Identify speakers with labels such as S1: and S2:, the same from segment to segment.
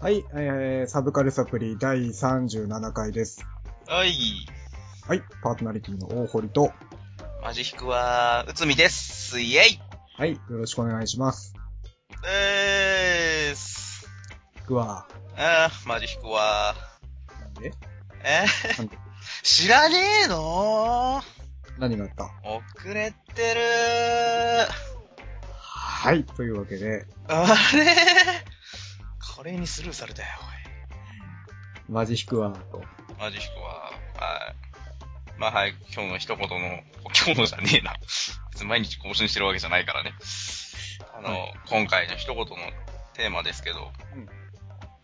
S1: はい、えー、サブカルサプリ第37回です。
S2: はい。
S1: はい、パートナリティの大堀と、
S2: マジヒクは、うつみです。イェイ
S1: はい、よろしくお願いします。
S2: でーす。
S1: いくわ。
S2: あー、マジヒクは、
S1: なんで
S2: えー
S1: なんで
S2: 知らねえの
S1: 何があった
S2: 遅れてる
S1: はい、というわけで、
S2: あれ華麗にスルーされたよ、
S1: マジ引くわ、と。
S2: おいマジヒクは、はい。まあはい、今日の一言の、今日のじゃねえな。別に毎日更新してるわけじゃないからね。あの、
S1: は
S2: 今回の一言のテーマですけど、
S1: うん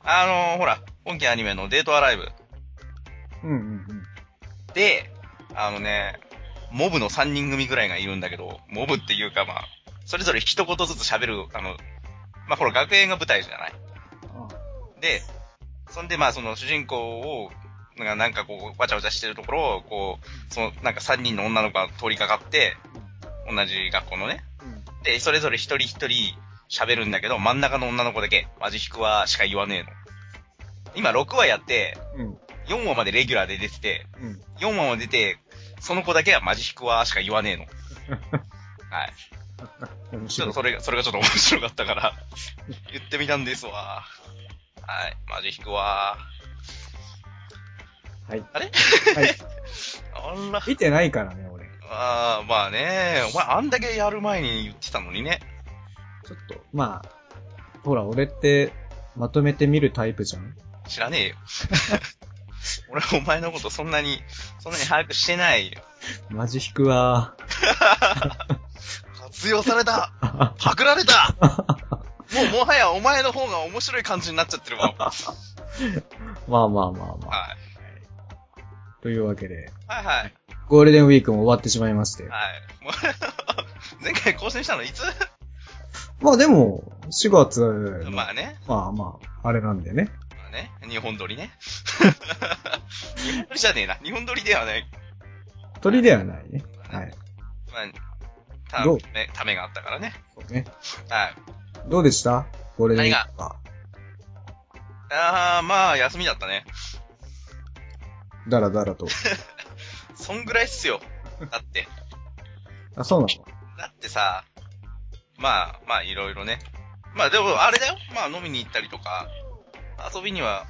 S2: あのほら、本期アニメのデートアライブ、
S1: うんうん
S2: で、あのね、モブの3人組ぐらいがいるんだけど、モブっていうかまあ、それぞれ一言ずつ喋る、あの、まあほら学園が舞台じゃない。
S1: うん。あ
S2: で、そんでまあその主人公を、なんかなんかこう、わちゃわちゃしてるところを、こう、そのなんか3人の女の子が通りかかって、同じ学校のね。で、それぞれ一人一人喋るんだけど、真ん中の女の子だけ、マジ引くわしか言わねえの。今6話やって、
S1: うん。うん。
S2: 4話までレギュラーで出てて、
S1: うん。
S2: 4話も出て、その子だけはマジ引くわーしか言わねえの。はい。
S1: 面
S2: ち
S1: 白い
S2: ょっと。それが、それがちょっと面白かったから、言ってみたんですわ。はい。マジ引くわ
S1: はい。
S2: あれ
S1: はい。
S2: ー。あら。
S1: 見てないからね、俺。
S2: あーまあね、お前あんだけやる前に言ってたのにね。
S1: ちょっと、まあ、ほら、俺って、まとめて見るタイプじゃん
S2: 知 らねえよ。俺はお前のことそんなに、そんなに把握してないよ。
S1: マジ引くわ。
S2: 活用さ れたパクられたもうもはやお前の方が面白い感じになっちゃってるわ。は
S1: まあまあまあまあ。
S2: い。
S1: というわけで、
S2: はいはい。
S1: ゴールデンウィークも終わってしまいまして。
S2: はい。もう前回更新したのいつ
S1: まあでも、4月の、
S2: まあね。
S1: まあまあ、あれなんでね。
S2: まあね。日本撮 りね。日本撮りじゃねえな。日本撮りではない。
S1: 鳥ではないね。はい。
S2: まあ、た
S1: どう
S2: めためがあったからね。
S1: そうね。
S2: はい。
S1: どうでしたゴールデンウィークは。
S2: あー、まあ、休みだったね。
S1: だらだらと。
S2: そんぐらいっすよ。だって。
S1: あ、そうなの
S2: だってさ、まあ、まあ、いろいろね。まあ、でも、あれだよ。まあ、飲みに行ったりとか、遊びには、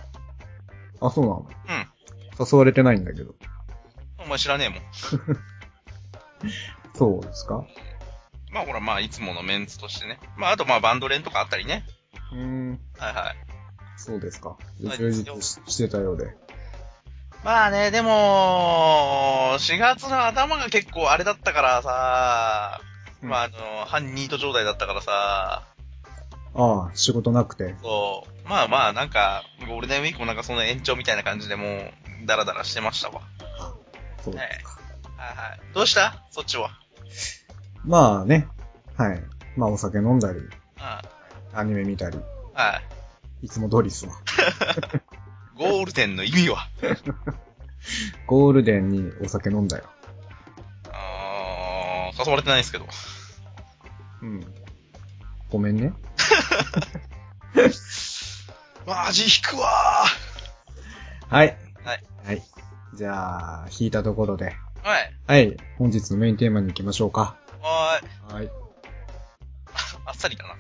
S1: あ、そうなの
S2: うん。
S1: 誘われてないんだけど。
S2: お前知らねえもん。
S1: そうですか
S2: まあ、ほら、まあ、いつものメンツとしてね。まあ、あと、まあ、バンド連とかあったりね。
S1: うーん、
S2: はいはい。
S1: そうですか。
S2: はい
S1: 充実ししてたようで。
S2: まあね、でも、4月の頭が結構あれだったからさ、
S1: うん
S2: まああの、半ニート状態だったから
S1: あ
S2: さ、
S1: あ、仕事なくて。
S2: そう、まあまあなんか、ゴールデンウィークもなんかその延長みたいな感じでもう、ダラダラしてましたわ。
S1: そうですか。
S2: はいはい。どうしたそっちは。
S1: まあね。はい。まあお酒飲んだり、
S2: うん。は
S1: アニメ見たり、
S2: い。
S1: いつもドリスは。
S2: ゴールデンの意味は
S1: ゴールデンにお酒飲んだよ。
S2: あー、誘われてないんですけど。
S1: うん。ごめんね。
S2: マジ引くわ
S1: はい。
S2: はい。
S1: はい。じゃあ、引いたところで。
S2: ーはい。
S1: はい。本日のメインテーマに行きましょうか。
S2: はーい。
S1: はい。
S2: あっさりだな。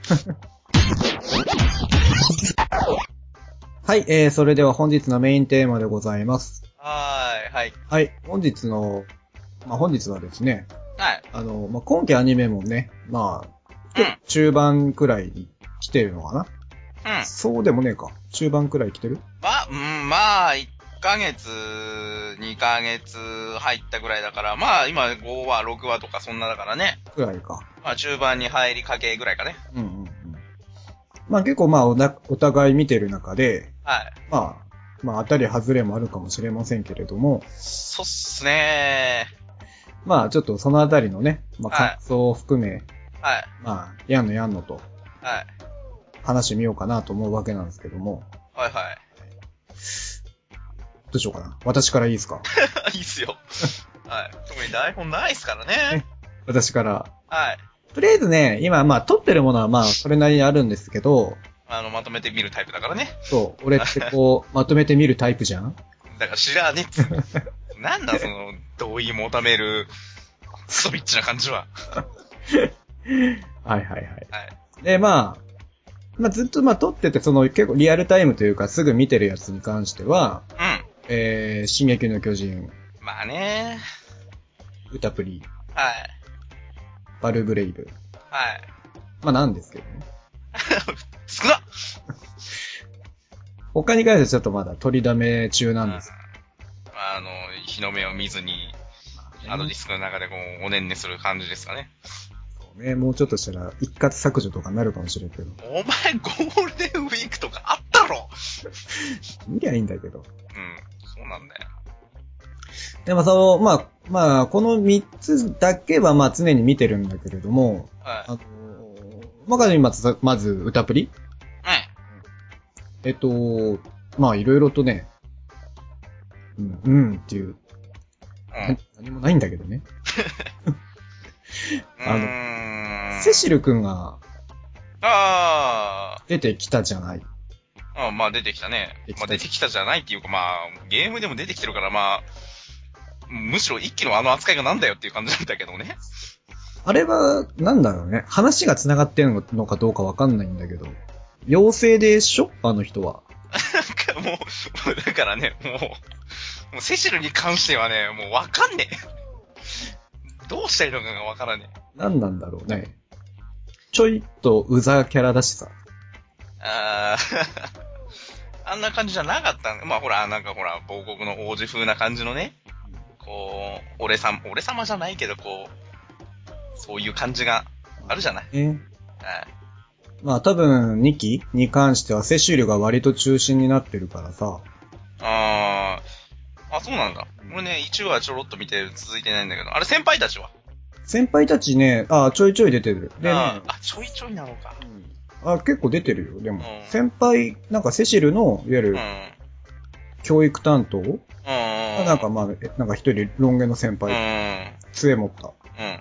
S1: はい、えー、それでは本日のメインテーマでございます。
S2: はーい。はい。
S1: はい、本日の、まあ、本日はですね、
S2: はい。
S1: あの、まあ、今期アニメもね、ま
S2: うん。
S1: あ、中盤くらいに来てるのかな、
S2: うん。
S1: そうでもねえか。中盤くらい来てる
S2: まあ、うん、まあ、1ヶ月、2ヶ月入ったぐらいだから、まあ今5話、6話とかそんなだからね。
S1: くらいか。
S2: まあ中盤に入りかけぐらいかね。
S1: うんうんうん。まあ、結構まあおな、お互い見てる中で、
S2: はい。
S1: まあ、まあ、当たり外れもあるかもしれませんけれども、
S2: そっすね
S1: まあ、ちょっとそのあたりのね、まあ、
S2: はい
S1: 感想を含め、
S2: はい。
S1: まあ、やんのやんのと
S2: はい。
S1: 話してみようかなと思うわけなんですけども、
S2: はいは
S1: どうしようかな。私からいいです か
S2: い。 いいっすよ。はい。特に台本ないっすか らね。
S1: 私から。
S2: はい。
S1: とりあえずね、今、まあ、撮ってるものはまあ、それなりにあるんですけど、
S2: あの、まとめて見るタイプだからね。
S1: そう、俺ってこ う、まとめて見るタイプじゃん
S2: だから知らねえっつうの なんだその、同意求める、クソビッチな感じは。
S1: はいはいはい。
S2: はい。
S1: で、まあ、まあずっとまあ撮ってて、その結構リアルタイムというかすぐ見てるやつに関しては、
S2: う
S1: えー、進撃の巨人、
S2: ん。まあね。
S1: 歌プリ、
S2: はい。
S1: バルブレイブ。
S2: はい。
S1: まあなんですけどね。
S2: 少なっ
S1: 他に関してはちょっとまだ取りだめ中なんです。
S2: うんあの、日の目を見ずに、あのディスクの中でこう、おねんねする感じですかね。
S1: そうね、もうちょっとしたら一括削除とかになるかもしれんけど。
S2: お前、ゴールデンウィークとかあったろ
S1: 見りゃいいんだけど。
S2: うん。そうなんだよ。
S1: でもその、まあ、まあ、この3つだけはまあ常に見てるんだけれども、
S2: はい。
S1: あのまあ、まず、まず歌プリ
S2: う
S1: えっと、まあいろいろとね、うん、うんっていう、
S2: ん。うん
S1: な。何もないんだけどね。
S2: う
S1: あの
S2: ーん
S1: セシル君が
S2: あ
S1: 出てきたじゃない。
S2: あ。あまあ出てきたね
S1: 出て。きた
S2: まあ出てきたじゃないっていうか、まあ、ゲームでも出てきてるから、まあ、むしろ一気のあの扱いがなんだよっていう感じなんだけどね。
S1: あれは、なんだろうね。話が繋がってるのかどうかわかんないんだけど。妖精でしょあの人は。
S2: なんかもう、 もうだからね、もう、もうセシルに関してはね、もうわかんねえ。どうしたらいいのかがわからねえ。
S1: 何なんだろうね。ちょいとうざキャラだしさ。
S2: あー あんな感じじゃなかったんまあほら、なんかほら、亡国の王子風な感じのね、こう、俺さん、俺様じゃないけど、こう、そういう感じがあるじゃない。
S1: え
S2: はい
S1: まあ多分2期に関してはセシルが割と中心になってるからさ。
S2: あーあ、そうなんだ。俺ね、1話ちょろっと見て続いてないんだけど、あれ先輩たちは
S1: 先輩たちね、あちょいちょい出てる。で、ね、
S2: あーあ、ちょいちょいなのか。
S1: あ、結構出てるよ。でも、
S2: うん
S1: 先輩、なんかセシルの、いわゆ
S2: う
S1: る
S2: ん。うん。
S1: 教育担当、あ
S2: な
S1: なんか、まあ、えなんか一人ロン毛の先
S2: うん。
S1: 輩、杖持った。だ
S2: うん。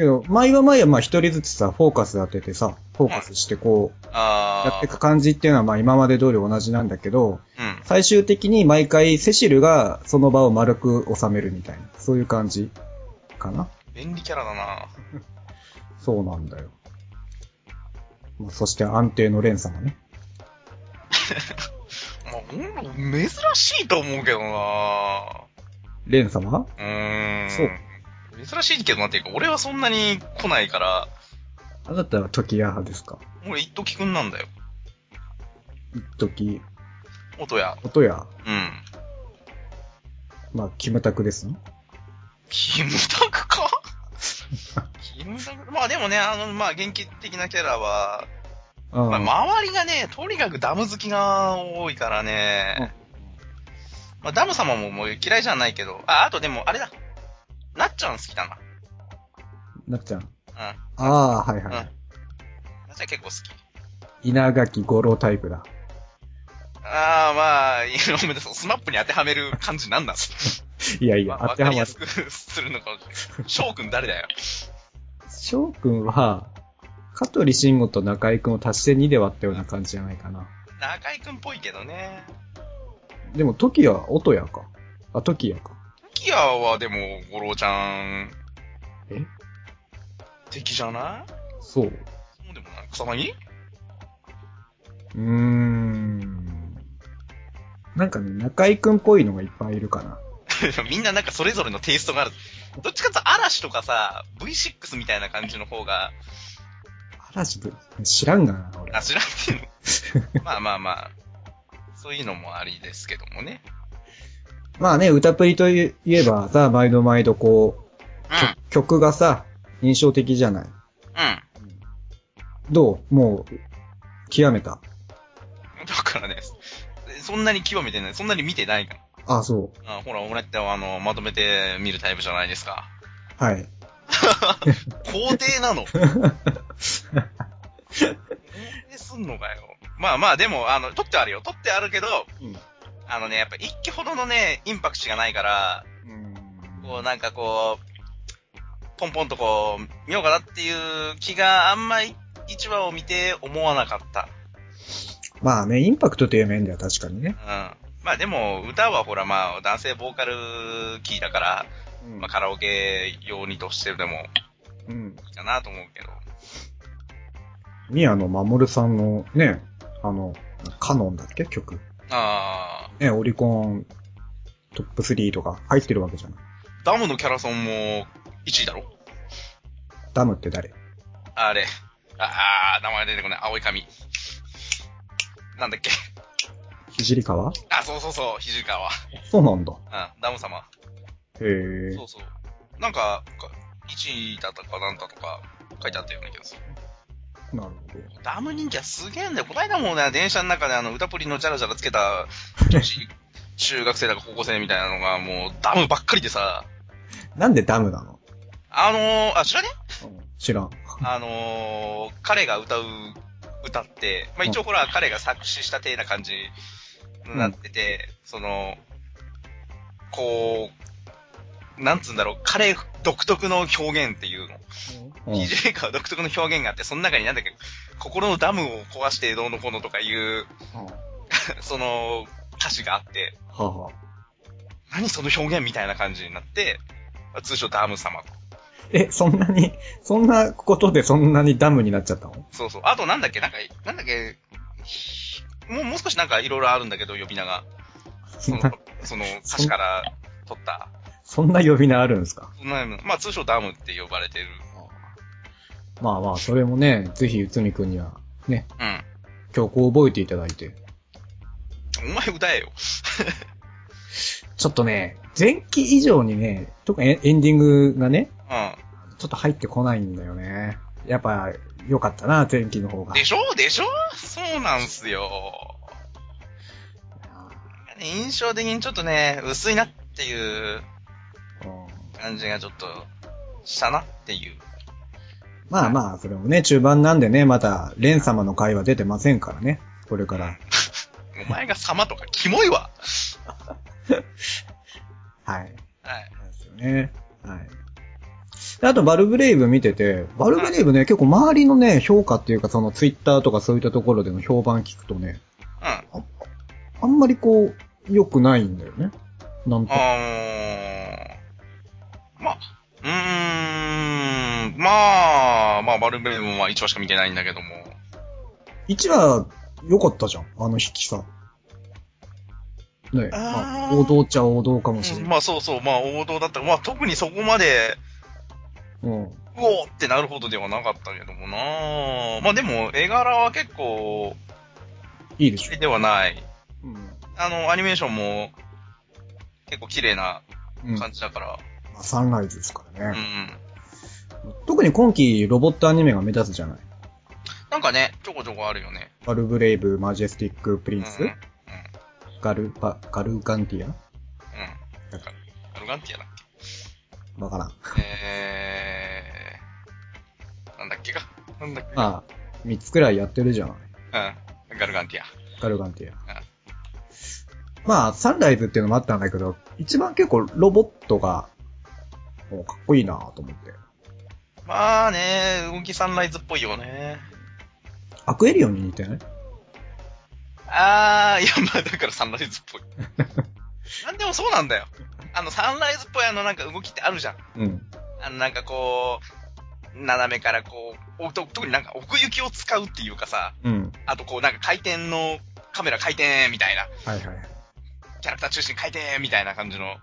S1: けど、前は前はまあ一人ずつさ、フォーカス当ててさ、フォーカスしてこう、
S2: ああ。
S1: やっていく感じっていうのはまあ今まで通り同じなんだけど、
S2: うん。
S1: 最終的に毎回セシルがその場を丸く収めるみたいな、そういう感じかな。
S2: 便利キャラだな
S1: そうなんだよ。まあそして安定のレン様ね。
S2: まあ、俺珍しいと思うけどな
S1: レン様
S2: うーん。
S1: そう。
S2: 珍しいけどなっていうか、俺はそんなに来ないから、
S1: あなたは時矢派ですか
S2: 俺一時くんなんだよ。
S1: 一時、
S2: 音や。
S1: 音や、
S2: うん。
S1: まあ、キムタクですね。
S2: キムタ クかキムタクまあでもね、あの、まあ元気的なキャラは、
S1: うん
S2: まあ周りがね、とにかくダム好きが多いからね。まあダム様ももう嫌いじゃないけど、あ、あとでもあれだ。なっちゃん好きだな。
S1: なっちゃん。
S2: うん。
S1: ああ、はい
S2: うん。
S1: は
S2: なっちゃん結構好き。
S1: い。稲垣五郎タイプだ。
S2: ああ、まあ、いやごめんなさい。スマップに当てはめる感じなんだ。
S1: いやいや、
S2: まあ、
S1: 当
S2: わ
S1: て
S2: か
S1: は
S2: り
S1: ま
S2: や
S1: る
S2: す。くするのかもしれない。翔くん誰だよ。
S1: 翔くんは、香取慎吾と中井くんを足して2で割ったような感じじゃないかな。
S2: 中井くんっぽいけどね。
S1: でも、時矢、音矢か。あ、時矢か。
S2: キアはでも、五郎ちゃん、
S1: え
S2: 敵じゃない
S1: そう。
S2: そうでもない。草薙
S1: うーん。なんかね、中井くんっぽいのがいっぱいいるかな。
S2: みんななんかそれぞれのテイストがある。どっちかっていうと嵐とかさ、V6 みたいな感じの方が、
S1: 嵐で、知らんがな、俺
S2: あ、。知らんって いうの。まあまあまあ、そういうのもありですけどもね。
S1: まあね、歌プリといえばさ、毎度毎度こう、
S2: う
S1: 曲がさ、印象的じゃない。
S2: ん。うん。
S1: どうもう、極めた。
S2: だからね、そんなに極めてない。そんなに見てないから。
S1: あ、そ
S2: あほら、俺ってあの、まとめて見るタイプじゃないですか。
S1: う。はい。
S2: 皇帝なの皇帝すんのかよ。まあまあ、でも、あの、取ってあるよ。取ってあるけど、
S1: うん
S2: あのね、やっぱ一気ほどのね、インパクチがないから、こう、なんかこう、ポンポンとこう、見ようかなっていう気があんまり一話を見て思わなかった。
S1: まあね、インパクトという面では確かにね。
S2: うん。まあでも、歌はほらまあ、男性ボーカルキーだから、まあカラオケ用にとしてでも
S1: うん。
S2: いいかなと思うけど。
S1: 宮野真守さんのね、あの、カノンだっけ曲。
S2: ああ、
S1: ね、オリコントップ3とか入ってるわけじゃない。
S2: ダムのキャラソンも1位だろ
S1: ダムって誰
S2: あれ。ああ、名前出てこない。青い髪。なんだっけ。
S1: ひじりかわ
S2: あ、そうそうそう、ひじかわ。
S1: そうなんだ。
S2: うん、ダム様。
S1: へえ
S2: そ。うそう。なんか、か1位だとかなんだとか書いてあったような気がする。
S1: なるほど。
S2: ダム人気はすげえんだよ。こないだもね、電車の中であの、歌プリのジャラジャラつけた女子、中学生だか高校生みたいなのがもうダムばっかりでさ、
S1: なんでダムなの、
S2: あのー、あ、知らね
S1: 知らん。
S2: あのー、彼が歌う、歌って、まあ、一応ほら、彼が作詞した体な感じになってて、その、こう、なんつうんだろう、彼独特の表現っていうの。
S1: うん
S2: DJ カー独特の表現があって、その中になんだっけ、心のダムを壊してどうのこうのとかいう、
S1: は
S2: その歌詞があって、
S1: あはあ
S2: 何その表現みたいな感じになって、まあ通称ダム様と。
S1: え、そんなに、そんなことでそんなにダムになっちゃったの
S2: そうそう。あとなんだっけ、なんか、なんだっけ、もう、もう少しなんかいろいろあるんだけど、呼び名が。その、その歌詞から取った。
S1: そんな呼び名あるんですか
S2: そんなのまあ通称ダムって呼ばれてる。
S1: まあまあ、それもね、ぜひ、内海くんには、ね、
S2: うん。
S1: 曲を覚えていただいて。
S2: お前歌えよ。
S1: ちょっとね、前期以上にね、特にエエンディングがね、
S2: う
S1: ちょっと入ってこないんだよね。やっぱ、良かったな、前期の方
S2: ん。
S1: が。
S2: でしょでしょそうなんすよ。ね印象的にちょっとね、薄いなっていう
S1: うん
S2: 感じがちょっとしたなっていう。
S1: まあまあ、それもね、中盤なんでね、また、レン様の回は出てませんからね。これから。
S2: お前が様とかキモいわ。
S1: はい。
S2: はい。
S1: なんですよね。はい。であと、バルブレイブ見てて、バルブレイブね、結構周りのね、評価っていうか、そのツイッターとかそういったところでの評判聞くとね、
S2: うん。あ
S1: あんまりこう、良くないんだよね。なんと。
S2: ー、まあ、うーん、まあ、まあ、バルベルもまあ1話しか見てないんだけども。
S1: 1話、良かったじゃん。あの引きさ。ねま
S2: あー
S1: あ、王道っちゃ王道かもしれ
S2: うん
S1: ない。
S2: まあそうそう、まあ王道だった。まあ特にそこまで、
S1: うん。
S2: うおーってなるほどではなかったけどもなまあでも、絵柄は結構、
S1: いいでしょ。
S2: ではない。
S1: うん。
S2: あの、アニメーションも、結構綺麗な
S1: うんま
S2: 感じだから。
S1: あ、サンライズですから
S2: うん。
S1: ね。特に今期ロボットアニメが目立つじゃない。
S2: なんかね、ちょこちょこあるよね。
S1: バルブレイブ、マジェスティック、プリンス、
S2: うん。うん。
S1: ガルパ、ガルガンティ
S2: なんか、アルガンティアだっ
S1: アわからん。
S2: けえー、なんだっけか。なんだっけか。
S1: まあ、3つくらいやってるじゃない。
S2: うん。ガルガンティア。
S1: ガルガンティア。まあ、サンライズっていうのもあったんだけど、一番結構ロボットが、もうかっこいいなぁと思って。
S2: まあね、動きサンライズっぽいよね。
S1: アクエリオンに似てない
S2: あー、いや、まあだからサンライズっぽい。なんでもそうなんだよ。あの、サンライズっぽいあのなんか動きってあるじゃん。
S1: うん。
S2: あの、なんかこう、斜めからこう、おと特になんか奥行きを使うっていうかさ、
S1: うん。
S2: あとこうなんか回転の、カメラ回転みたいな、
S1: はいはい。
S2: キャラクター中心に回転みたいな感じの。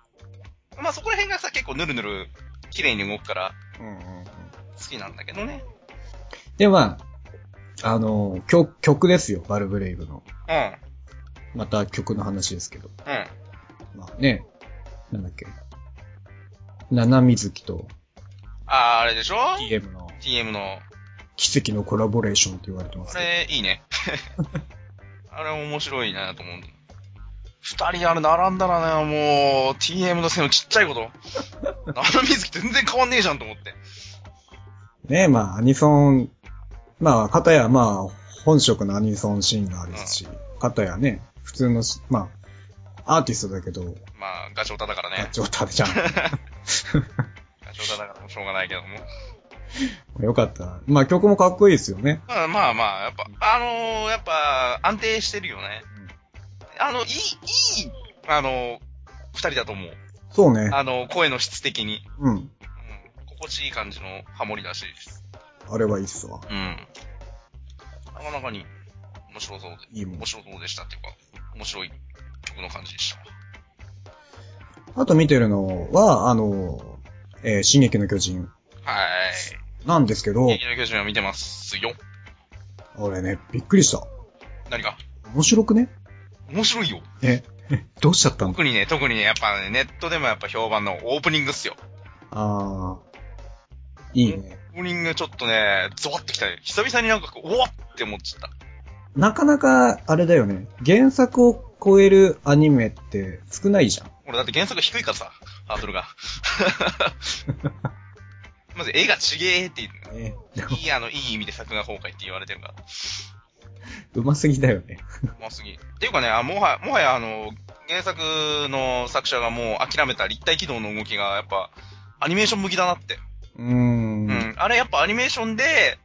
S2: まあそこら辺がさ、結構ヌルヌル、綺麗に動くから
S1: うんうんうん。
S2: 好きなんだけどね。
S1: で、まあ、あの、曲、曲ですよ。バルブレイブの。
S2: うん。うん。
S1: また曲の話ですけど。
S2: あ
S1: まあね、なんだっけ。七水木と
S2: あー、あれでしょ
S1: TM の
S2: ?TM の。
S1: 奇跡のコラボレーションって言われてま
S2: あ
S1: すね。
S2: れ、いいね。 あれ面白いなと思うんだ。二人あれ並んだらね、もう、TM の背のちっちゃいこと。七水木全然変わんねえじゃんと思って。
S1: ね、まあ、アニソン、まあ、片や、まあ、本職のアニソンシンガーですし、片やね、普通のし、まあ、アーティストだけど、
S2: まあ、ガチョウタだから
S1: ガ
S2: ね。
S1: チョウタじゃ
S2: ガチョウタだからもうしょうがないけども。
S1: ん。よかった。まあ、曲もかっこいいですよね。
S2: まあまあまあ、やっぱ、あのーやっぱ、安定してるよね。あの、いい、いい、あのー二人だと思う。
S1: そうね。
S2: あのー声の質的に。
S1: うん。
S2: うん。心地いい感じのハモリだし。
S1: あれはいいっすわ。
S2: うん。なかなかに、面白そうで、
S1: いいもん
S2: 面。白そうでしたっていうか、面白い曲の感じでした。
S1: あと見てるのは、あの、えー進撃の巨人
S2: は
S1: なんですけど
S2: ーい。、劇の巨人は見てますよ。
S1: 俺ね、びっくりした。
S2: 何か
S1: 面白くね
S2: 面白いよ。
S1: え、 どうしちゃったの
S2: 特にね、特にね、やっぱね、ネットでもやっぱ評判のオープニングっすよ。
S1: あー、いいね。
S2: オープニングちょっとね、ゾワってきたね。久々になんかこう、おわって思っちゃった。
S1: なかなか、あれだよね。原作を超えるアニメって少ないじゃん。
S2: 俺だって原作低いからさ、ハード ルが。まず絵がちげーって言う
S1: ね、でも
S2: いい、あの、いい意味で作画崩壊って言われてるから。
S1: うますぎだよね。
S2: もうすぎ。っていうかね、あもはや、もはやあの、原作の作者がもう諦めた立体軌道の動きが、やっぱ、アニメーション向きだなって。
S1: うーん
S2: うん。あれやっぱアニメーションで、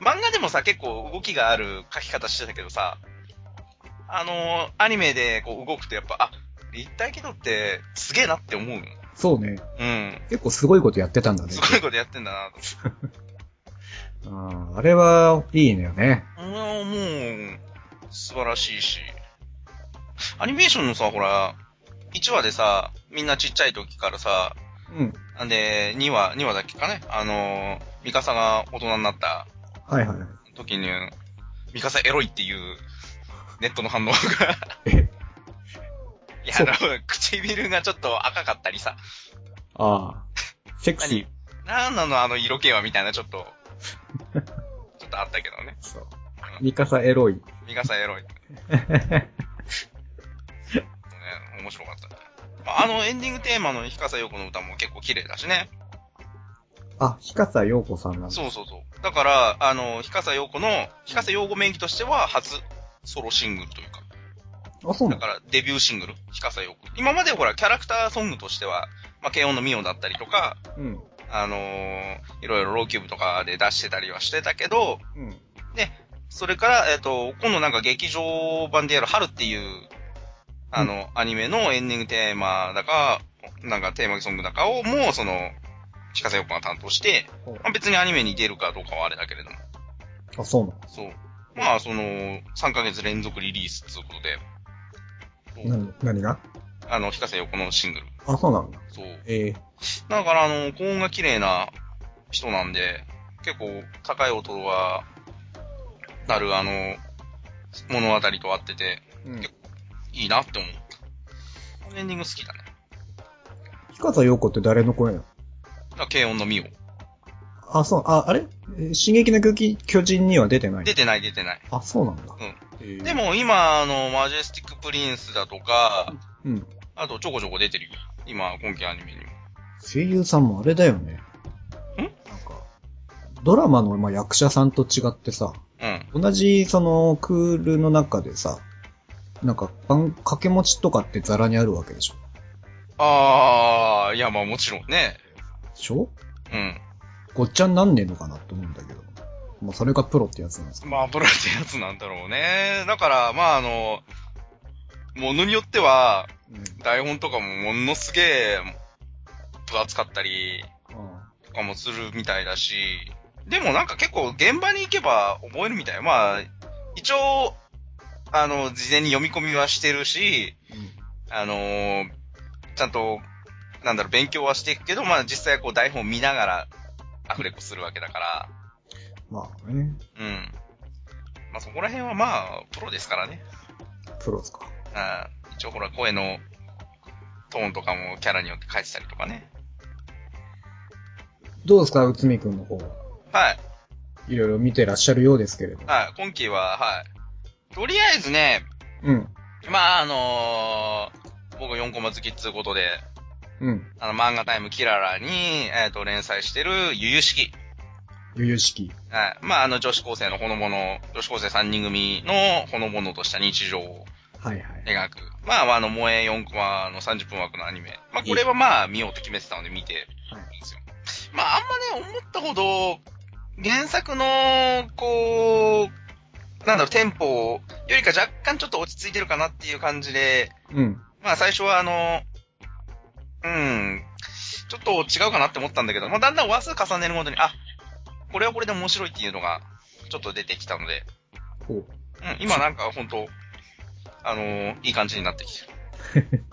S2: 漫画でもさ、結構動きがある描き方してたけどさ、あのーアニメでこう動くとやっぱ、あ、立体軌道ってすげえなって思うの。
S1: そうね。
S2: うん。
S1: 結構すごいことやってたんだね
S2: す。ごいことやってんだなと
S1: あーあれは、いいのよね。
S2: 思って。もう、素晴らしいし。アニメーションのさ、ほら、1話でさ、みんなちっちゃい時からさ、
S1: うん。
S2: なんで、2話、2話だっけかね。あのー、ミカサが大人になった
S1: はいはいはい。
S2: 時に、ミカサエロいっていう、ネットの 反応が。
S1: え
S2: いや、
S1: そ
S2: あ
S1: う
S2: の、唇がちょっと赤かったりさ。
S1: ああ。セクシー
S2: 何。なんなのあの色気はみたいな、ちょ っと。ちょっとあったけどね。
S1: そう。ミカサエロい。
S2: ミカサエロい。ね、面白かったね。まああのエンディングテーマのヒカサヨコの歌も結構綺麗だしね。
S1: あ、ヒカサヨウコさんなんだ。
S2: そうそうそう。だから、あの、ヒカサヨコの、ヒカサヨコ名義としては初ソロシングルというか。
S1: あ、そうな
S2: だ
S1: んだ。
S2: からデビューシングル、ヒカサヨコ。今までほら、キャラクターソングとしては、まあ、軽音のミオだったりとか、
S1: うん。
S2: あのーいろいろローキューブとかで出してたりはしてたけど、
S1: うん。
S2: それから、えっ、と、今度なんか劇場版でやる春っていう、あの、アニメのエンディングテーマだか、なんかテーマソングだかをもうその、ヒカサヨコが担当して、
S1: そう
S2: まあ、別にアニメに出るかどうかはあれだけれども。
S1: あ、そうなんだ。
S2: そう。まあ、その、3ヶ月連続リリースということで、そう
S1: 何、何が
S2: あの、ヒカセ横のシングル。
S1: あ、そうなんだ。
S2: そう。
S1: ええ
S2: だから、あの、高音が綺麗な人なんで、結構高い音が、なる、あの、物語と合ってて、
S1: うん。
S2: いいなって思った。このエンディング好きだね。
S1: ヒカサヨウコって誰の声なの
S2: だから軽音のミオ。
S1: あ、そう、あ、あれえー進撃の巨人巨人には出てない
S2: 出てない出てない。
S1: あ、そうなんだ。うん
S2: で、も今、あの、マジェスティックプリンスだとか、
S1: うん。
S2: あとちょこちょこ出てるよ。今、今期アニメにも。
S1: 声優さんもあれだよね。
S2: ん
S1: なんか、ドラマの、まあ、役者さんと違ってさ、
S2: うん。
S1: 同じ、その、クールの中でさ、なんか、番掛け持ちとかってザラにあるわけでしょ
S2: ああ、いや、まあもちろんね。
S1: でしょ
S2: うん。
S1: ごっちゃになんねえのかなって思うんだけど。まあ、それがプロってやつなんですか
S2: まあ、プロってやつなんだろうね。だから、まあ、あの、ものによっては、
S1: ね。
S2: 台本とかもものすげえ、分厚かったり、
S1: あ
S2: とかもするみたいだし、でもなんか結構現場に行けば覚えるみたい。まあ、一応、あの、事前に読み込みはしてるし、あのーちゃんと、なんだろう、勉強はしていくけど、まあ実際こう台本見ながら、アフレコするわけだから、
S1: あ、まあね、
S2: うん。まあそこら辺はまあ、プロですからね。
S1: プロですか。
S2: あー一応ほら、声のトーンとかもキャラによって変えてたりとかね。
S1: どうですか、内海くんの方は。
S2: はい。
S1: いろいろ見てらっしゃるようですけれど。
S2: はい。今期は、はい。とりあえずね、
S1: うん。
S2: まあ、あのー僕4コマ好きっつうことで、
S1: うん。
S2: あの、漫画タイムキララに、えっ、と、連載してる、ゆゆしき。
S1: 余裕式。
S2: はい。まあ、あの、女子高生のほのぼの、女子高生3人組のほのぼのとした日常を
S1: はいはい。
S2: 描く。まあ、あの、萌え4コマの30分枠のアニメ。まあ、これはまあ、見ようと決めてたので見て
S1: はい
S2: るんですよ。まあ、あんまね、思ったほど、原作の、こう、なんだろう、テンポよりか若干ちょっと落ち着いてるかなっていう感じで、
S1: うん。
S2: まあ、最初はあの、うん、ちょっと違うかなって思ったんだけど、まあ、だんだん話数重ねるごとに、あ、これはこれで面白いっていうのが、ちょっと出てきたので、
S1: ほう。
S2: うん、今なんか本当あのーいい感じになってきてる。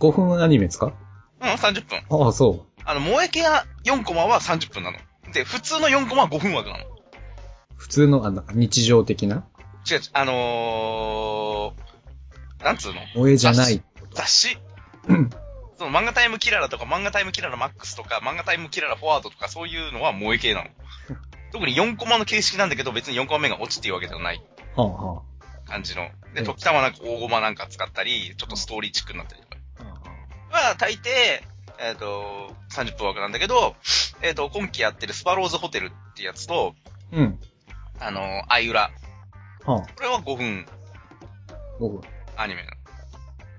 S1: 5分アニメですか
S2: うん、30分。
S1: ああ、そ
S2: あの、萌え系は4コマは30分なの。で、普通の4コマは5分枠なの。
S1: う。普通の、あなんか日常的な
S2: 違う違う、あのー、なんつうの
S1: 萌えじゃない。
S2: 雑誌
S1: うん。
S2: その漫画タイムキララとか漫画タイムキララマックスとか漫画タイムキララフォワードとかそういうのは萌え 系なの。特に4コマの形式なんだけど別に4コマ目が落ちっていうわけではない
S1: はあは
S2: 感じの。
S1: う
S2: で、
S1: ん
S2: 時たまなんか大駒なんか使ったり、ちょっとストーリーチックになったりとか。
S1: あ。はあは
S2: は大抵、えっ、と、30分枠なんだけど、えっ、と、今期やってるスパローズホテルってやつと、
S1: あうん。
S2: あのー、アイウラ。
S1: は
S2: これは5分
S1: あ。5分。
S2: アニメなの。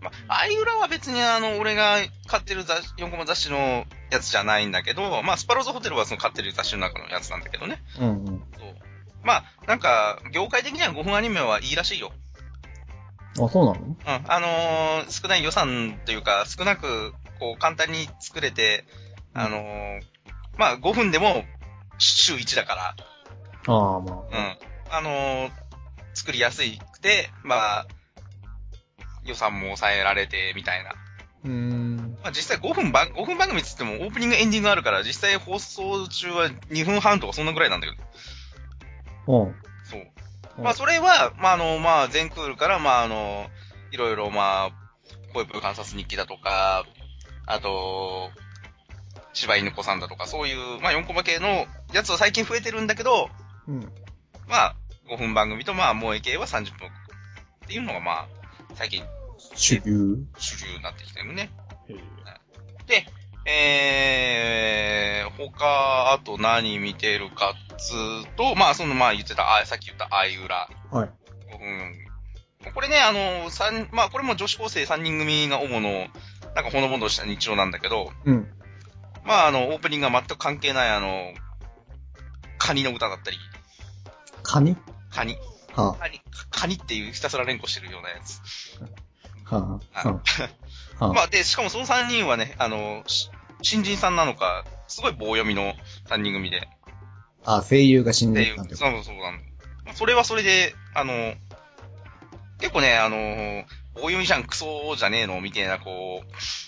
S2: まあ、アイウラは別にあの、俺が買ってる雑誌、4コマ雑誌のやつじゃないんだけど、まあ、スパローズホテルはその買ってる雑誌の中のやつなんだけどね。
S1: うんうん。
S2: そう。まあ、なんか、業界的には5分アニメはいいらしいよ。
S1: あ、そうなの
S2: うん。あのー少ない予算というか、少なく、こう、簡単に作れて、あのーまあ、5分でも、週1だから、
S1: ああ、ま
S2: う
S1: あ。
S2: ん。あのー作りやすくて、まあ、予算も抑えられて、みたいな。
S1: うーん。
S2: まあ実際5分番、5分番組っつってもオープニングエンディングあるから、実際放送中は2分半とかそんなぐらいなんだけど。
S1: うん。
S2: そう。
S1: うん
S2: まあそれは、まああの、まあ全クールから、まああの、いろいろまあ、恋文観察日記だとか、あと、柴犬子さんだとか、そういう、まあ4コマ系のやつは最近増えてるんだけど、
S1: うん。
S2: まあ5分番組とまあ萌え系は30分っていうのがまあ、最近
S1: 主流。
S2: 主流になってきてるね。
S1: へえ
S2: で、えー、他、あと何見てるかっつうと、まあ、その、まあ言ってた、あさっき言った、あいうら。
S1: はい。
S2: うん。これね、あの、三、まあ、これも女子高生3人組が主の、なんかほのぼのした日常なんだけど、
S1: うん。
S2: まあ、あの、オープニングが全く関係ない、あの、カニの歌だったり、
S1: カニ
S2: カニ、
S1: は
S2: カニ、カニっていうひたすら連呼してるようなやつ。
S1: あ。はあ。はあ。はあ。
S2: まあ、で、しかもその3人はね、あの、し新人さんなのか、すごい棒読みの3人組で、
S1: ああ、声優が死ん
S2: って
S1: で
S2: い
S1: る
S2: う、
S1: なん
S2: そう
S1: て。
S2: そうそうなの。まあそれはそれで、あの、結構ね、あの、棒読みじゃん、クソじゃねえの、みたいな、こ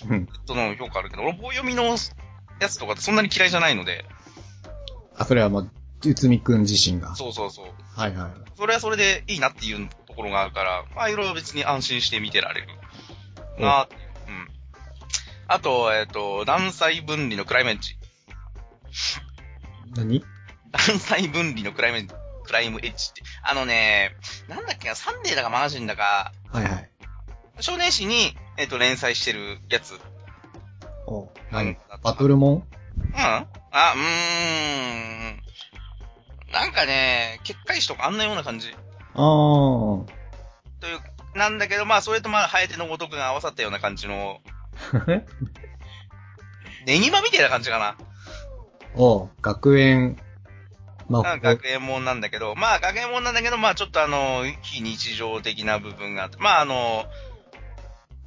S2: う、
S1: うん。
S2: その評価あるけど、俺棒読みのやつとかってそんなに嫌いじゃないので、
S1: あ、それはまあ、内海くん自身が。
S2: そうそうそう。
S1: はいはい。
S2: それはそれでいいなっていうところがあるから、まあ、いろいろ別に安心して見てられる。
S1: うん
S2: なあ、うん。あと、えっ、と、断裁分離のクライメンチ。
S1: 何
S2: 断裁分離のクライメン、クライムエッジって。あのね、なんだっけな、サンデーだかマガジンだか、
S1: はいはい。
S2: 少年誌に、えっ、と、連載してるやつ。うん。
S1: お
S2: 何
S1: 何バトルモン
S2: あ、うーん。なんかね、結界誌とかあんなような感じ。
S1: あ
S2: という、なんだけど、まあ、それとまあ、ハエテのごとくが合わさったような感じの、
S1: あ。
S2: ネギマみたいな感じかな。
S1: お学園、ま
S2: なんか学園もんなんだけど、まあ、学園もんなんだけど、まあ、ちょっとあの、非日常的な部分があって、まあ、あの、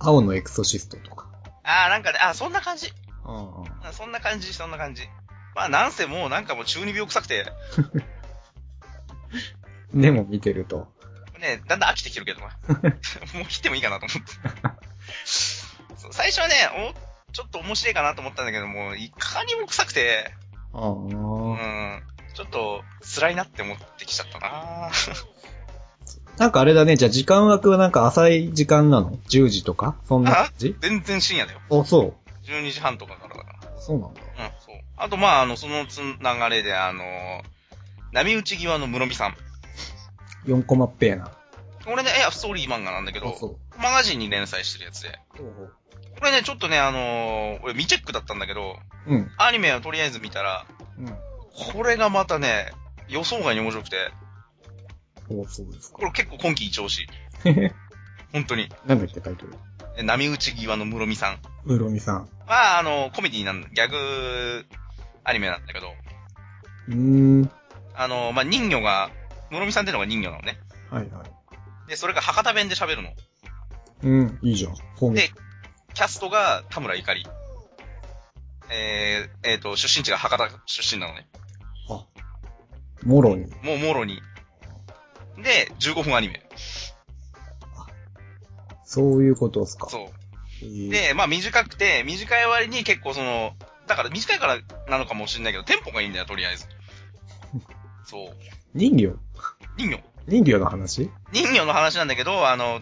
S1: 青のエクソシストとか。
S2: ああ、なんかね、あそんな感じ。
S1: あ
S2: あそんな感じ、そんな感じ。まあ、なんせもう、なんかもう中二病臭くて、
S1: あでも見てると。
S2: ね、だんだん飽きてきてるけどな。もう切ってもいいかなと思って。そう最初はね、お、ちょっと面白いかなと思ったんだけども、いかにも臭くて、
S1: あ
S2: う
S1: あ。
S2: ん、ちょっと辛いなって思ってきちゃったな
S1: なんかあれだね、じゃあ時間枠はなんか浅い時間なの ?10 時とかそんな感じ
S2: 全然深夜だよ。
S1: あ、そう。
S2: 12時半とかからだか
S1: そうなんだ。
S2: ら。うん、そう。あと、まあ、あの、そのつ流れで、あの、波打ち際の室見さん。
S1: 4コマっぺーな。
S2: これね、いや、ストーリー漫画なんだけ
S1: あ、
S2: ど、
S1: そ
S2: マガジンに連載してるやつで。
S1: う。
S2: これね、ちょっとね、あの俺未チェックだったんだけど、
S1: うん。
S2: アニメをとりあえず見たら、
S1: うん。
S2: これがまたね、予想外に面白くて、
S1: おそうです
S2: これ結構今季一押し。
S1: か。
S2: 本当に。
S1: なんだっけ、タイトル。
S2: え波打ち際の室見さん。
S1: 室見さん。
S2: まあ、あの、コメディなんだ、ギャグアニメなんだけど、
S1: うーん。
S2: あの、まあ、人魚が、室見さんってのが人魚なのね。
S1: はいはい。
S2: で、それが博多弁で喋るの。
S1: うん、いいじゃん。方言
S2: で。キャストが田村ゆかり。えー、えーと、出身地が博多出身なのね。
S1: もろに。
S2: もうもろに。で、15分アニメ。
S1: そういうことですか。
S2: そう。
S1: えー、
S2: で、まあ短くて、短い割に結構その、だから短いからなのかもしれないけど、テンポがいいんだよ、とりあえず。そう。
S1: 人魚
S2: 人魚。
S1: 人魚の話
S2: 人魚の話なんだけど、あの、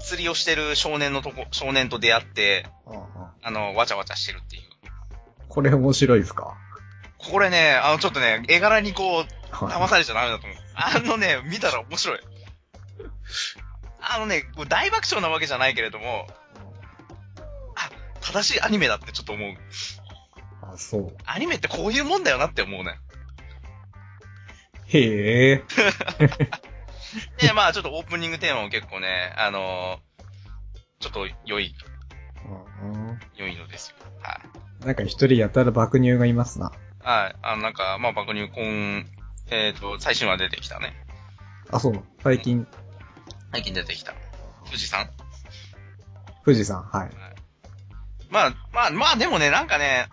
S2: つ釣りをしてる少年のとこ、少年と出会って、
S1: ああ
S2: あの、わちゃわちゃしてるっていう。
S1: これ面白いですか
S2: これね、あの、ちょっとね、絵柄にこう、騙
S1: は
S2: されちゃダメだと思う。あのね、見たら面白い。あのね、こう大爆笑なわけじゃないけれども、あ、正しいアニメだってちょっと思う。
S1: い。あ、そう。
S2: アニメってこういうもんだよなって思うね。
S1: へえ。
S2: で、まあちょっとオープニングテーマも結構ね、あのーちょっと良い、
S1: うん
S2: 良いのですよ。はい。
S1: なんか一人やたら爆乳がいますな。
S2: はい。あの、なんか、まあ爆乳婚、えっ、と、最新話出てきたね。
S1: あ、そう。最近、
S2: 最近出てきた。富士山
S1: 富士山、はい。
S2: まあ、まあ、まあでもね、なんかね、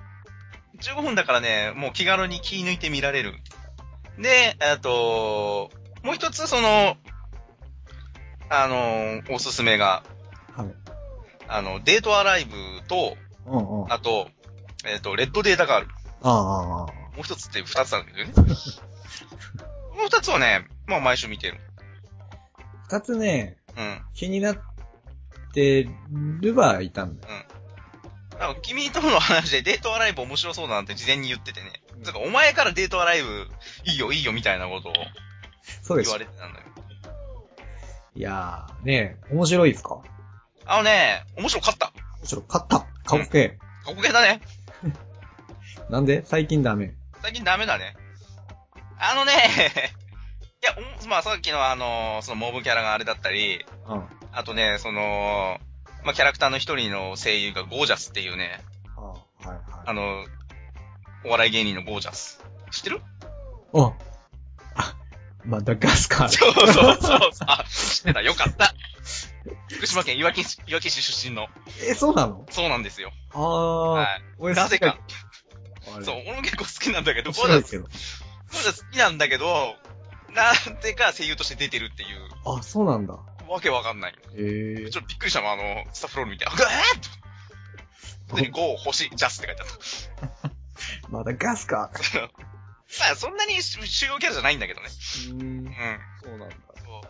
S2: 15分だからね、もう気軽に気抜いて見られる。で、えっと、もう一つその、あのーおすすめが、
S1: はい。
S2: あの、デートアライブと、
S1: うんうん。あ
S2: あと、えっ、と、レッドデータがある。
S1: あー。
S2: もう一つって二つなんだけどね。この二つはね、まあ毎週見てる。
S1: 二つね、
S2: うん。
S1: 気になってるはいたんだよ。
S2: だから君との話でデートアライブ面白そうだなって事前に言っててね。
S1: うん
S2: だからお前からデートアライブいいよいいよみたいなことを
S1: そうで
S2: 言
S1: す
S2: わ。れてたんだよ。
S1: いやー、ねえ面白いですか面
S2: あのね、面白かった。
S1: 白い。勝った過去形。
S2: 過去形だね。
S1: なんで最近ダメ。
S2: 最近ダメだね。あのね、いや、おまあさっきのあの、そのモブキャラがあれだったり、
S1: うん。あ
S2: あとね、その、まあキャラクターの一人の声優がゴージャスっていうね、
S1: あ、はいはい。
S2: あの、お笑い芸人のゴージャス。知ってる
S1: あ、あ、まだガスか。
S2: そうそうそうそう。あ、知ってた。よかった。福島県いわき市、いわき市出身の。
S1: え、そうなの
S2: そうなんですよ。
S1: ああ、
S2: は
S1: 俺
S2: い。なぜか。。
S1: あれ
S2: そう、俺も結構好きなんだけど、
S1: 面
S2: ゴー
S1: 白い
S2: ダ
S1: ですけど。
S2: ゴーダ好きなんだけど、なんでか声優として出てるっていう、
S1: あ、そうなんだ。
S2: わけわかんない。
S1: ええ
S2: ちょっとびっくりしたもん、あの、スタッフロール見て、あ、ぐわーっと。本当にゴー、星、ジャスって書いてあった。
S1: まだガスか。
S2: まあ、そんなに主主要キャラじゃないんだけどね。
S1: うん
S2: う、ん。
S1: そうなんだ。
S2: そ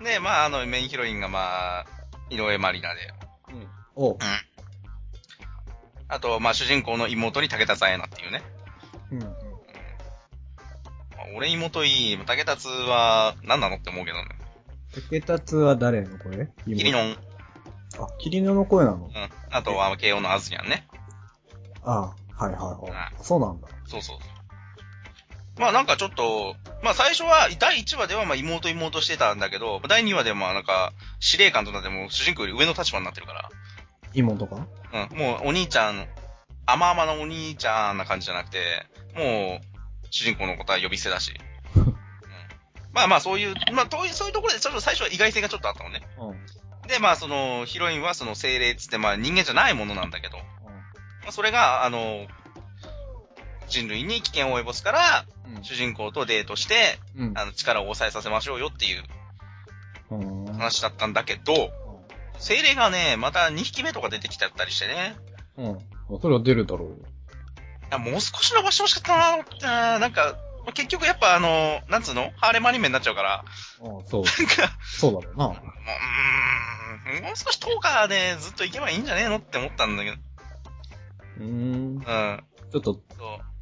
S2: う。ねまあ、あの、メインヒロインが、まあ、井上まりなで。
S1: うん。おう。
S2: あと、まあ、主人公の妹に竹田彩奈っていうね。
S1: うん。
S2: まあ俺妹いい。竹達は何なのって思うけどね。
S1: 竹達は誰の声
S2: キリ
S1: の。
S2: ノン。うん。
S1: あ、キリノの声なの
S2: あとは、慶応のアズニャンね。
S1: ああ、はいはいはい。あそうなんだ。
S2: そうそうそう。まあなんかちょっと、まあ最初は、第1話ではまあ妹妹してたんだけど、第2話でまあなんか、司令官となってもう主人公より上の立場になってるか
S1: 妹が
S2: ら。うん。もうお兄ちゃん、甘々のお兄ちゃんな感じじゃなくて、もう、主人公のことは呼び捨てだし。うんまあまあそういう、まあそういうそういうところでちょっと最初は意外性がちょっとあったのね。
S1: うん。うん。
S2: で、まあ、その、ヒロインはその精霊っつって、まあ、人間じゃないものなんだけど、まあ、それが、あの、人類に危険を及ぼすから、主人公とデートして、
S1: うん。
S2: あの、力を抑えさせましょうよっていう
S1: うん。うん。
S2: 話だったんだけど、精霊がね、また2匹目とか出てきちゃったりしてね、
S1: うん。それは出るだろうよ。
S2: あもう少し伸ばしてほしかったなあーなんか、結局やっぱあの、なんつうのハーレムアニメになっちゃうから、
S1: あそう。
S2: なんか、
S1: そうだろうな。
S2: もう、うーん、もう少し10日でずっと行けばいいんじゃねえのって思ったんだけど、
S1: うーん。
S2: うん、
S1: ちょっと
S2: そ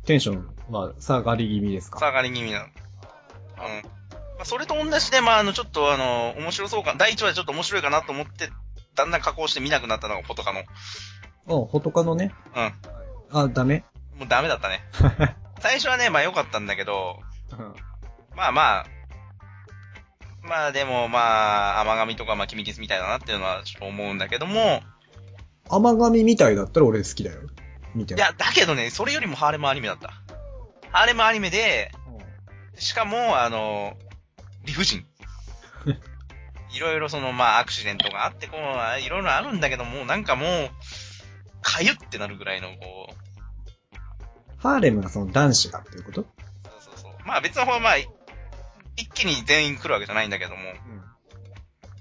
S2: う。
S1: テンション、まあ、下がり気味ですか。
S2: 下がり気味なの。うん。まあ、それと同じで、まあ、あの、ちょっとあの、面白そうか、第1話でちょっと面白いかなと思って、だんだん加工して見なくなったのがフォトカの。
S1: あ、ほとかのね。
S2: う
S1: あ、ダメ
S2: ん。もうダメだったね。最初はね、まあ良かったんだけど、
S1: うん
S2: まあまあ、まあでもまあ、甘神とかまあ、君キスみたいだなっていうのはちょっと思うんだけども、
S1: 甘神みたいだったら俺好きだよ。みたい
S2: い
S1: な。
S2: や、だけどね、それよりもハーレムアニメだった。ハーレムアニメで、しかも、あの、理不尽。いろいろその、まあ、アクシデントがあって、こう、いろいろあるんだけども、なんかもう、かゆってなるぐらいの、こう、
S1: ハーレムがその男子だっていうこと
S2: そうそうそう。まあ、別の方は、まあ、い一気に全員来るわけじゃないんだけども、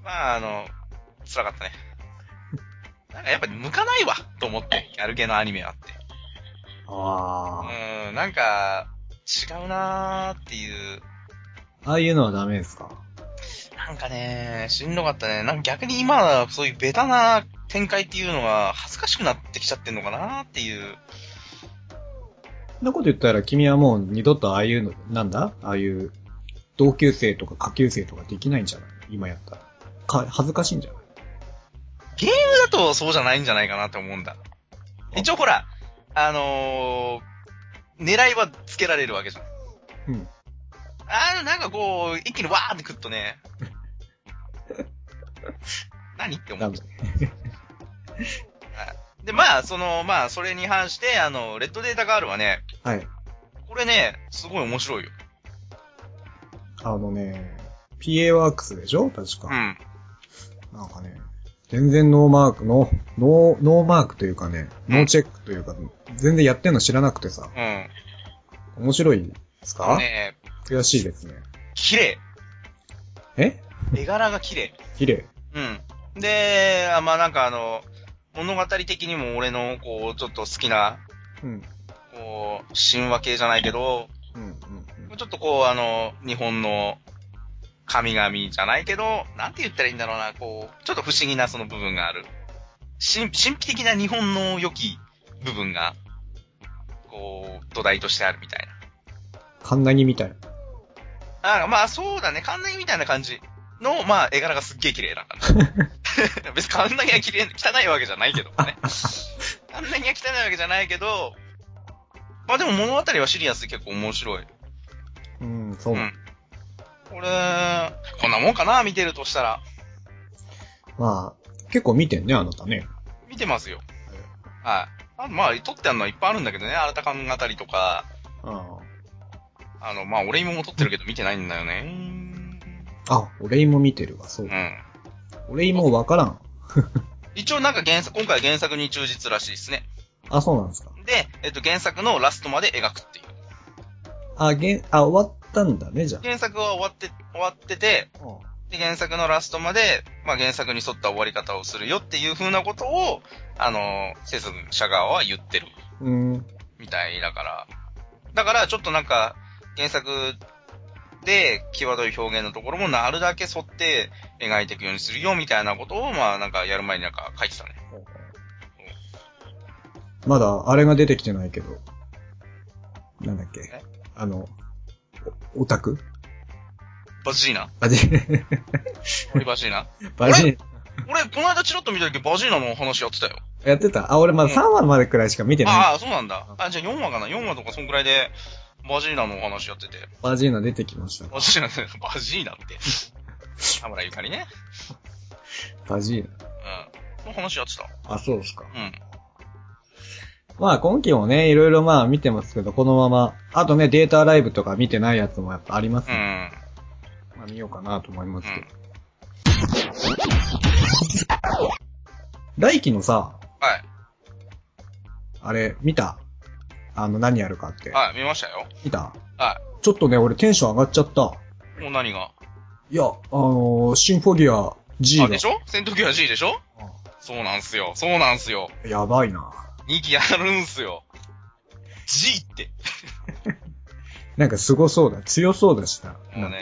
S2: まあ、あの、辛かったね。なんかやっぱ向かないわ、と思って、やる系のアニメはって。う
S1: ああ。
S2: ーん、なんか、違うなーっていう。
S1: ああいうのはダメですか
S2: なんかね、しんどかったね。なんか逆に今、そういうベタな展開っていうのが恥ずかしくなってきちゃってんのかなっていう。
S1: そんなこと言ったら君はもう二度とああいうの、なんだああいう同級生とか下級生とかできないんじゃない今やったら。か、恥ずかしいんじゃない
S2: ゲームだとそうじゃないんじゃないかなと思うんだ。一応ほら、あのー、狙いはつけられるわけじゃん。
S1: うん。
S2: あーなんかこう、一気にわーってくっ とね。何って思
S1: ダ
S2: っ
S1: メ
S2: ちゃ。う。で、まあ、その、まあ、それに反して、あの、レッドデータガールはね、
S1: はい。
S2: これね、すごい面白いよ。
S1: あのね、PA ワークスでしょ確
S2: う
S1: か。
S2: ん。
S1: なんかね、全然ノーマークの、ノー、ノーマークというかね、ノーチェックというか、全然やってんの知らなくてさ、
S2: うん。
S1: 面白いですか、
S2: ね
S1: 悔しいですね。
S2: 綺麗。
S1: え
S2: 絵柄が綺麗。
S1: 綺麗。
S2: うん。で、あまあなんかあの、物語的にも俺の、こう、ちょっと好きな、
S1: うん。
S2: こう、神話系じゃないけど、
S1: うん、うん、
S2: ちょっとこう、あの、日本の神々じゃないけど、なんて言ったらいいんだろうな、こう、ちょっと不思議なその部分がある。神神秘的な日本の良き部分が、こう、土台としてあるみたいな。
S1: カンナギみたい。
S2: あまあそうだね、カンナギみたいな感じの、まあ絵柄がすっげえ綺麗なんだ、ね。 別にカンナギは綺麗、汚いわけじゃないけ どもね。カンナギは汚いわけじゃないけど、まあでも物語はシリアスで結構面白い。
S1: うん、そう。
S2: うん。これ、こんなもんかな見てるとしたら。
S1: まあ、結構見てんね、あなたね。
S2: 見てますよ。はい。あまあ、撮ってあるのはいっぱいあるんだけどね。新た感語りとか、
S1: あ
S2: あの、まあ、俺今も撮ってるけど見てないんだよね。
S1: あ。あ、俺も見てるわ、そうう。
S2: ん。
S1: 俺もわからん。
S2: 一応なんか原作、今回は原作に忠実らしいですね。
S1: あ、そうなんですか。
S2: で、えっと、原作のラストまで描くっていう。
S1: あ、げん、あ、終わったんだね、じゃ
S2: 原作は終わって、終わってて、
S1: あ。うん
S2: で、原作のラストまで、まあ、原作に沿った終わり方をするよっていう風なことを、あの、制作者側は言ってる。
S1: うん。
S2: みたいだから。だから、ちょっとなんか、原作で、際どい表現のところもなるだけ沿って描いていくようにするよ、みたいなことを、まあなんかやる前になんか書いてたね。
S1: まだ、あれが出てきてないけど。なんだっけ
S2: え。
S1: あの、おオタク
S2: バジーナ
S1: バジ、
S2: 俺バジーナ
S1: バジ、
S2: 俺、この間チラッと見た時バジーナの話やってたよ。
S1: やってたあ、俺まだ3話までくらいしか見てない。
S2: ああ、そうなんだ。あ、じゃあ4話かな ?4 話とかそんくらいで、バジーナのお話やってて。
S1: バジーナ出てきました。
S2: バジーナって、バジーナって。田村ゆかりね。
S1: バジー
S2: うん。その話やってた。
S1: ナ。あ、そうですか。
S2: うん。
S1: まあ今期もね、いろいろまあ見てますけど、このまま。あとね、データライブとか見てないやつもやっぱあります
S2: う
S1: ね。
S2: ん。
S1: まあ見ようかなと思いますけど。
S2: うん
S1: 来期のさ、
S2: は
S1: あれ、見たあの、何やるかって
S2: い。。はい、見ましたよ。
S1: 見た
S2: は
S1: ちょっとね、俺テンション上がっちゃった。
S2: い。もう何が
S1: いや、あのーシンフォギア G
S2: あ、
S1: が
S2: でし。ょ戦闘機は G でしょそうなんすよ。そうなんすよ。
S1: やばいな。
S2: 2機やるんすよ。G って。
S1: なんか凄そうだ。強そうだしな。
S2: もうね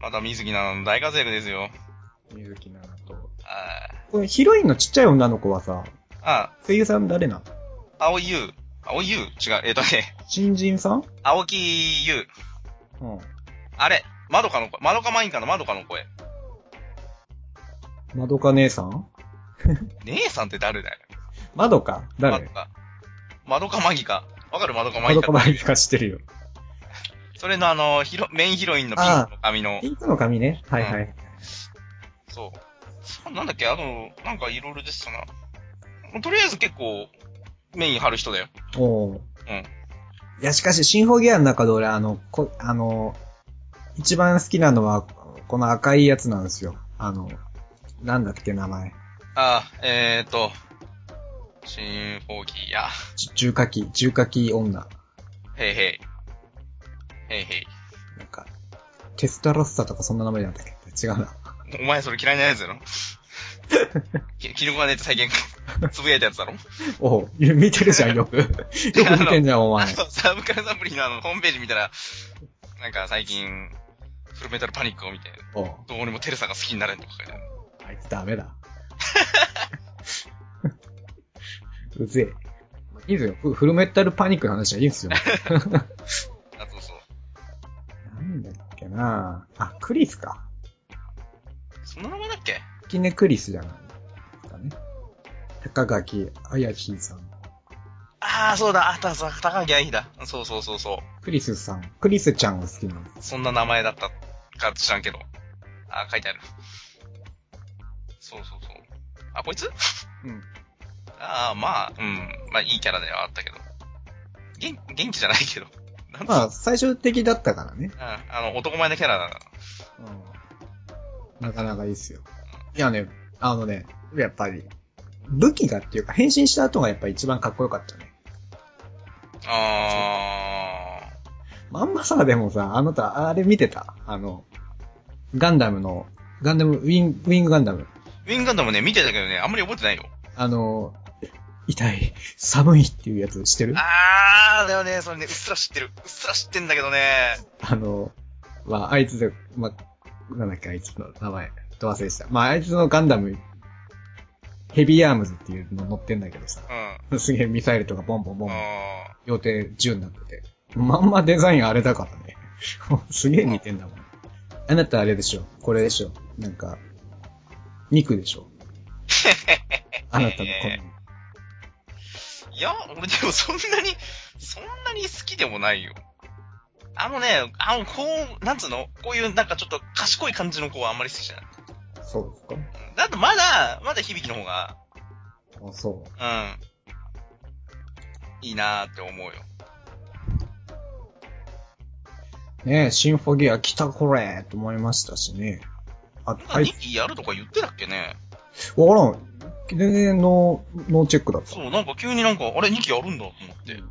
S2: また水木なの大活躍ですよ。
S1: なんか。水木奈々と。
S2: あ
S1: これヒロインのちっちゃい女の子はさ、
S2: ーあ、
S1: 声優さん誰なの
S2: 青井優。青井優違う。えっ、とね、
S1: 新人さん
S2: 青木優。
S1: うん。
S2: あれ、まどかの声。まどかマインカのまどかの声。
S1: まどか姉さん
S2: 姉さんって誰だよ。
S1: まどか
S2: まど
S1: 誰
S2: か。まどかマギか。わかる窓か
S1: ま
S2: マイ
S1: ど
S2: カ
S1: かまりかしてるよ。
S2: それのあの、ヒロ、メインヒロインのピンクの髪の
S1: ピ、ンクの髪ね。はいはい。
S2: そう。なんだっけ、あの、なんかいろいろでしたな。もうとりあえず結構、メイン張る人だよ。
S1: おおー。
S2: うん。
S1: いや、しかし、新フォギアの中で俺、あの、こ、あの、一番好きなのは、この赤いやつなんですよ。あの、なんだっけ、名前。
S2: あーえーと、シンフォギア。
S1: じ重火器、重火器女。
S2: へいへい。へいへい。
S1: なんか、テスタロッサとかそんな名前なんだっけ違うな。
S2: お前それ嫌いなやつだろきキノコがねって最近つぶやいたやつだろ
S1: おう、見てるじゃん、よ く。よく見てんじゃん、お
S2: あ
S1: 前。
S2: の、サブカルサプリのあの、ホームページ見たら、なんか最近、フルメタルパニックを見て、
S1: おう、
S2: どうにもテルさんが好きになれんとか書いてある。
S1: あいつダメだ。 うぜえ。いいですよ。フフルメタルパニックの話はいいんですよ。
S2: あ、そうそう。
S1: なんだっけなあ、クリスか。
S2: そんな名前だっけ
S1: キネクリスじゃないですかね。高垣あやひさん。
S2: ああ、そうだ、あった、そう高木愛妃だ。そうそうそうそ
S1: クリスさん。クリスちゃんが好きなんです。
S2: う。そんな名前だったか知らんけど。あー書いてある。そうそうそう。あ、こいつ
S1: うん。
S2: ああ、まあ、うん。まあ、いいキャラではあったけど。元元気じゃないけど。なん
S1: まあ、最終的だったからね。
S2: あ、あの、男前のキャラだから。
S1: うん。なかなかいいっすよ。いやね、あのね、やっぱり、武器がっていうか、変身した後がやっぱ一番かっこよかったね。
S2: ああ。
S1: まんまさ、でもさ、あなた、あれ見てたあの、ガンダムの、ガンダム、ウィン、ウィングガンダム。
S2: ウィンガンダムね、見てたけどね、あんまり覚えてないよ。
S1: あの、痛い、寒いっていうやつしてる
S2: ああ、だよね、それね、うっすら知ってる。うっすら知ってんだけどね。
S1: あの、まあ、あいつで、まあ、なんだっけ、あいつの名前、と忘れした。まあ、あいつのガンダム、ヘビーアームズっていうの乗ってんだけどさ、
S2: うん。
S1: すげえミサイルとかボンボンボンボン、
S2: あ
S1: 予定10になってて。まんまデザインあれだからね。 すげえ似てんだもん。あなたあれでしょ、これでしょ、なんか、肉でし ょ。あなたの好み。
S2: ーいや、俺でもそんなに、そんなに好きでもないよ。あのね、あの、こう、なんつうのこういうなんかちょっと賢い感じの子はあんまり好きじゃない。
S1: そうですか
S2: うんだってまだ、まだ響きの方が、
S1: あそう。
S2: うん。いいなーって思うよ。
S1: ねえ、シンフォギア来たこれと思いましたしね。あ、
S2: なんか
S1: あい
S2: 2期やるとか言ってたっけね、
S1: つ、わからん。全然ノー、ノーチェックだった。
S2: そう、なんか急になんか、あれ2期やるんだと思って。もう、
S1: う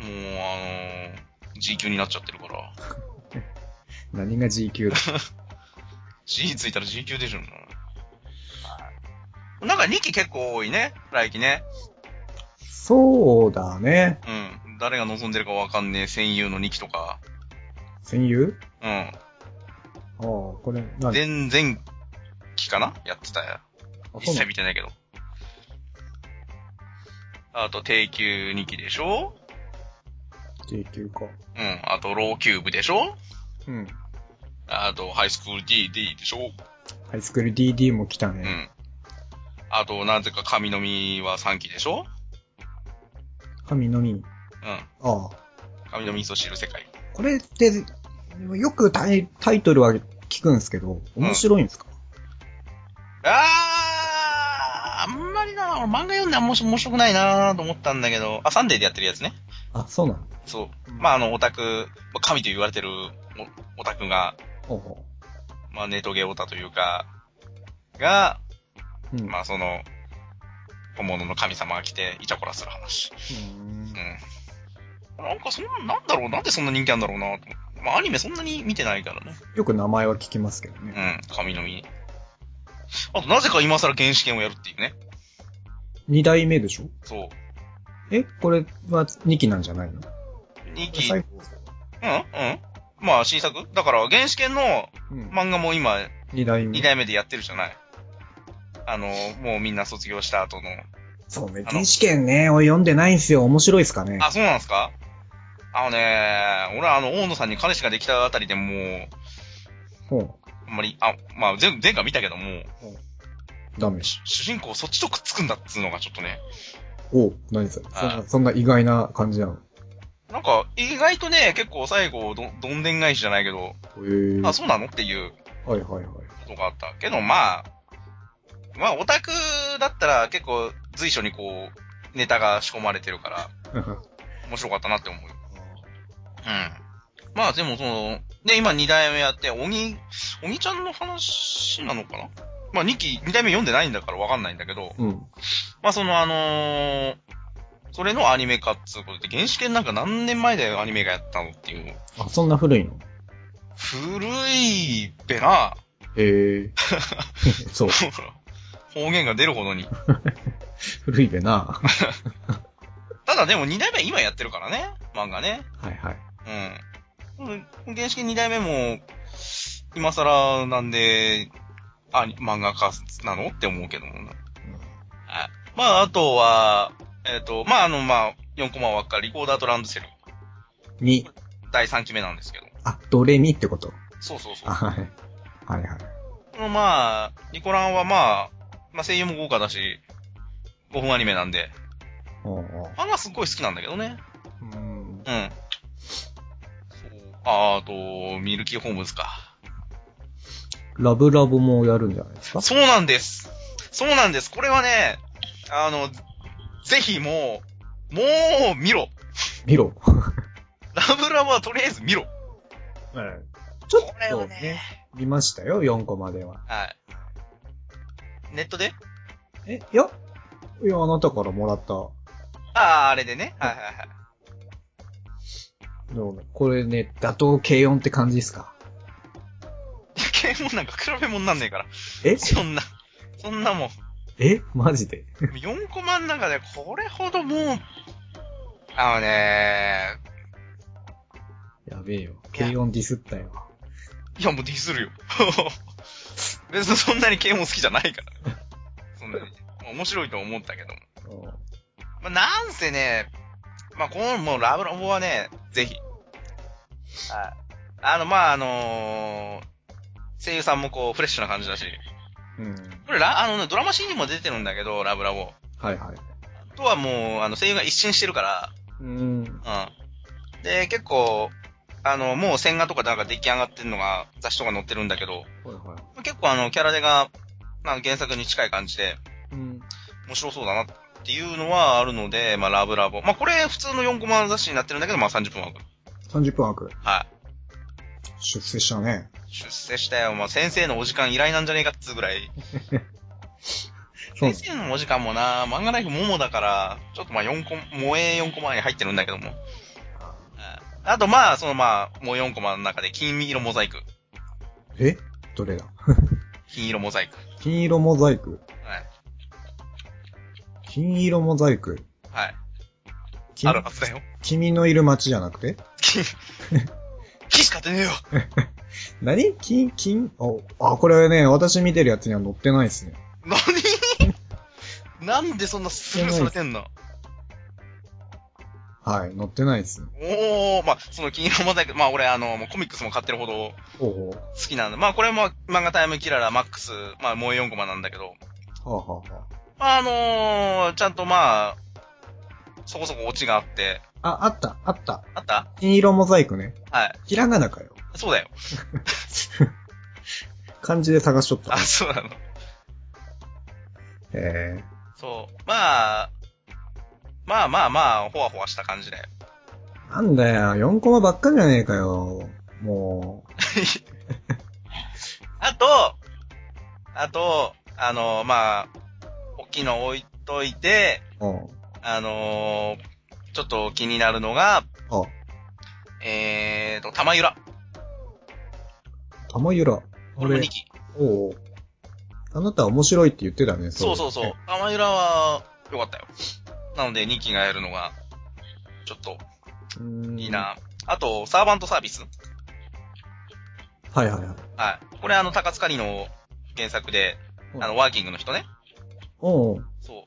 S2: あのー、G 級になっちゃってるから。
S1: ん何が G 級だ
S2: G ついたら G 級でしょ、もう。なんか2期結構多いね、来期ね。
S1: そうだね。
S2: うん。誰が望んでるかわかんねえ戦友の2期とか。
S1: 戦友
S2: うん。
S1: ああ、これ、なん
S2: 前々期かなやってたや。
S1: あそ
S2: 一
S1: うな
S2: 切
S1: の
S2: 見てないけど。あと、低級2期でしょ
S1: G 級か。
S2: うん。あと、ローキューブでしょ
S1: うん。
S2: あと、ハイスクール DD でしょ
S1: ハイスクール DD も来た
S2: う
S1: ね。
S2: ん。あと、なぜか神の実は3期でしょ
S1: 神のみ。
S2: うん。
S1: ああ。
S2: 神の実ぞ知る世界。
S1: これって、よくタイタイトルは聞くんですけど、面白いんですか、
S2: あー、あんまりな、俺漫画読んであんまし面白くないなと思ったんだけど、あ、サンデーでやってるやつね。
S1: あ、そうなの
S2: そう。
S1: うん
S2: まあ、あの、オタク、まあ神と言われてるオオタクが、
S1: おうお
S2: まあ、ネトゲオタというか、が、
S1: う。うん。
S2: まあ、その、本物の神様が来て、イチャコラする話。
S1: うーん
S2: うん。なんか、そんな、なんだろう、なんでそんな人気あんだろうなと思って。まあ、アニメそんなに見てないからね。
S1: よく名前は聞きますけどね。
S2: うん、神の実。あと、なぜか今更原始圏をやるっていうね。
S1: 二代目でしょ
S2: そう。
S1: えこれは二期なんじゃないの
S2: 2期、
S1: 最後。
S2: うんうん。まあ、新作だから、原始圏の
S1: うん。
S2: 漫画も今、
S1: 二代目
S2: 2。代目でやってるじゃない。あの、もうみんな卒業した後の。
S1: そうね。
S2: あの
S1: 原始圏ね、俺読んでないんすよ。面白いっすかね
S2: あ、そうなんですかあのね、俺はあの、大野さんに彼氏ができたあたりでもう、
S1: ほう。
S2: あんまり、あ、まあ、前前回見たけども、
S1: ダメ。
S2: し主人公そっちとくっつくんだっつうのがちょっとね、
S1: おう何それそん
S2: あ
S1: なそんな意外な感じなの。へ
S2: なんか、意外とね、結構最後ど、どんでん返しじゃないけど、
S1: え。
S2: あ、そうなのっていう
S1: はいはいはい。
S2: ことがあった。けど、まあ、まあ、オタクだったら結構随所にこう、ネタが仕込まれてるから、 面白かったなって思う。うん。まあ、でもその、で、今2代目やって、鬼、鬼ちゃんの話なのかなまあ、2期、2代目読んでないんだからわかんないんだけど、
S1: うん。
S2: まあ、そのあのーそれのアニメ化っつうことで、原始圏なんか何年前だよアニメがやったのっていう。
S1: あ、そんな古いの
S2: 古いべな、
S1: へえ。 そう。
S2: 方言が出るほどに。
S1: 古いべ な。
S2: ただでも2代目今やってるからね、漫画ね。
S1: はいはい。
S2: うん。うん原始圏2代目も、今更なんで、あ、漫画家なのって思うけどもな。はい。まあ、あとは、えっ、と、まあ、あの、まあ、4コマ輪っか、リコーダーとランドセル。
S1: に、
S2: 第3期目なんですけど。
S1: あ、ドレミってこと。
S2: そうそうそう
S1: あ、。はい。はいはい。
S2: このまあ、ニコランはまあ、まあ声優も豪華だし、5分アニメなんで、
S1: おうおう
S2: まあまあすっごい好きなんだけどね。
S1: うん。
S2: うん。そう。ああと、ミルキーホームズか。
S1: ラブラブもやるんじゃないですか
S2: そうなんです。そうなんです。これはね、あの、ぜひもう、もう見ろ。
S1: 見 ろ。
S2: ラブラブはとりあえず見ろ。
S1: ちょっ
S2: これ
S1: と
S2: は
S1: ね
S2: ね、
S1: 見ましたよ、4個までは。
S2: はい。ネットで
S1: え、いや、いや、あなたからもらった。
S2: ああ、あれでね。はいはいはい。
S1: でもねこれね、打倒軽音って感じですか
S2: ゲームなんか比べ物になんねえから。
S1: え
S2: そんな、そんなもん。
S1: えマジで
S2: 4コマの中でこれほどもう、あのね
S1: やべえよ。軽音ディスったよ。
S2: いやもうディスるよ。 別にそんなに K も好きじゃないから。そんなに。面白いと思ったけども。
S1: うん
S2: まあ、なんせね、まあ、この、もうラブラボはね、ぜひ。はい。あの、まあ、あのー声優さんもこう、フレッシュな感じだし。
S1: うん。
S2: これラ、あのね、ドラマ CD も出てるんだけど、ラブラボ。
S1: はいはい。
S2: あとはもう、あの、声優が一新してるから、
S1: うん。
S2: うん。で、結構、あの、もう線画とかなんか出来上がってるのが、雑誌とか載ってるんだけど、
S1: はいはい。
S2: 結構あの、キャラデが、なんか原作に近い感じで、
S1: うん。
S2: 面白そうだなっていうのはあるので、まあ、ラブラボ。まあ、これ、普通の4コマ雑誌になってるんだけど、まあ、30分枠。
S1: 30分枠。
S2: はい。
S1: 出世したね。
S2: 出世したよ。まあ、先生のお時間依頼なんじゃねえかっつうぐらい。
S1: そう
S2: 先。生のお時間もな、漫画ライフももだから、ちょっとまあ、4コマ、萌え4コマに入ってるんだけども。はいあと、まあ、そのまあ、もう4コマの中で、金色モザイク。
S1: えどれだ
S2: 金色モザイク。
S1: 金色モザイク。
S2: はい。
S1: 金色モザイク。
S2: はい。
S1: き
S2: あるはずだよ。
S1: 君のいる街じゃなくて
S2: 金、木しか出ねえよ。
S1: 何金、金、あ、あ、これね、私見てるやつには載ってないですね。
S2: 何なんでそんなスルーされてんの
S1: はい、載ってないですね。
S2: おー、まあ、その金色モザイク、まあ俺あの、もうコミックスも買ってるほど
S1: おう
S2: 好きなんで、まあこれも漫画タイムキララマックス、まあもう4コマなんだけど、
S1: ほう。はあ、はあは
S2: まああのー、ちゃんとまあ、そこそこオチがあって、
S1: あ、あ、あった、あった。
S2: あった
S1: 金色モザイクね。
S2: はい。
S1: ひらがなかよ。
S2: そうだよ。
S1: 漢字で探しとった
S2: あ、。そうなの。
S1: へえ。
S2: そう。まあ、まあまあまあ、ほわほわした感じで。
S1: なんだよ、4コマばっかじゃねえかよ。も
S2: あと、あと、あの、まあ、大きいの置いといて、
S1: う。うん。
S2: あのーちょっと気になるのが、
S1: あ、
S2: えーと、玉ゆら。
S1: 玉ゆら。
S2: これも2期。
S1: おうおうあなた面白いって言ってたね、
S2: そうそうそう。。玉ゆらは、よかったよ。なので2期がやるのが、ちょっと、
S1: うーん
S2: いい。な。あと、サーバントサービス。
S1: はいはいはい。
S2: はい。これあの、高塚里の原作で、あの、ワーキングの人ね。
S1: おうん。
S2: そう。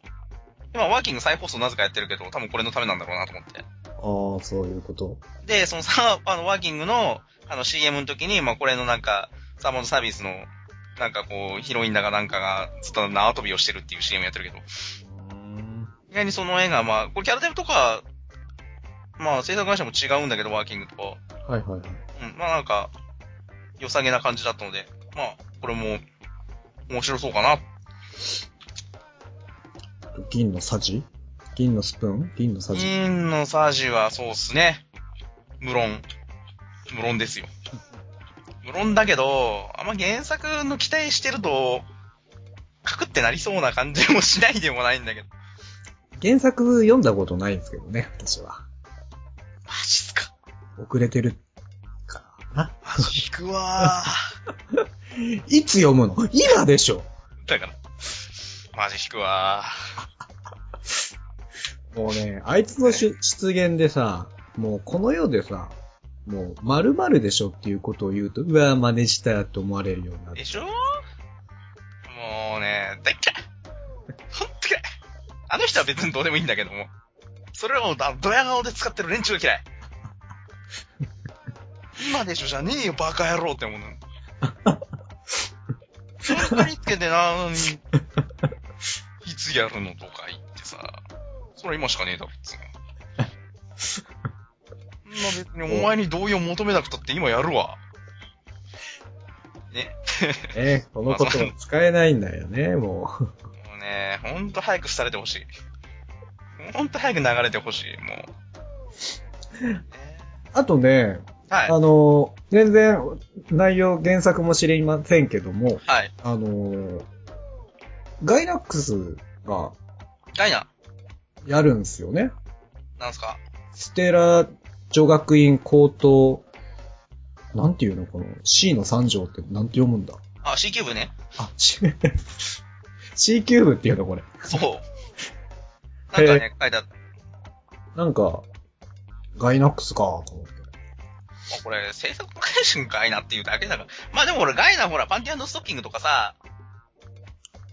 S2: 今、ワーキング再放送なぜかやってるけど、多分これのためなんだろうなと思って。
S1: ああ、そういうこと。
S2: で、そのさ、あの、ワーキングの、あの、CM の時に、まあ、これのなんか、サーモンサービスの、なんかこう、ヒロインだかなんかが、ずっと縄跳びをしてるっていう CM やってるけど、
S1: うーん。
S2: 意外にその映画、まあ、これキャラデブとか、まあ、制作会社も違うんだけど、ワーキングとか。
S1: はいはいはい。
S2: うん、まあなんか、良さげな感じだったので、まあ、これも、面白そうかな。
S1: 銀のサジ銀のスプーン銀のサジ。
S2: 銀のサジはそうっすね。無論。無論ですよ。無論だけど、あんま原作の期待してると、カクってなりそうな感じもしないでもないんだけど。マ
S1: 原作読んだことないんですけどね、私は。
S2: ジっすか。
S1: 遅れてるかな。
S2: 引くわ
S1: いつ読むの今でしょ
S2: ー。だから、マジ引くわ
S1: もうね、あいつの出出現でさ、もうこの世でさ、もう〇〇でしょっていうことを言うと、うわぁ、真似したって思われるようにな
S2: ー。
S1: る
S2: で。しょもうね、大っ嫌い。ほんと嫌い。あの人は別にどうでもいいんだけども。それをだドヤ顔で使ってる連中が 嫌い。今でしょじゃねえよ、バカ野郎って思うの。それにつけてなのに、いつやるのとか言ってさ、それ今しかねえだろ、 つうの。そんな別にお前に同意を求めなくたって今やるわ。ね。
S1: ね、このことは使えないんだよね、もう。
S2: もうね、ほんと早く廃れてほしい。ほんと早く流れてほしい、もう。 ね
S1: あとね、あ
S2: はい。
S1: の、全然内容原作も知りませんけども、
S2: はい。
S1: あの、ガイナックスが
S2: ダイナ、
S1: やるんですよね。
S2: なんすか
S1: ステラ女学院高等、なんていうのこの C の三条ってなんて読むんだ
S2: あ、C キュー ブね。
S1: あ、C, C キューブっていうのこれ。
S2: そう。なんかね、書いてあった。
S1: なんか、ガイナックスか、と思って。
S2: もうこれ、制作会社ガイナっていうだけだから。まあでも俺、ガイナほら、パンティストッキングとかさ、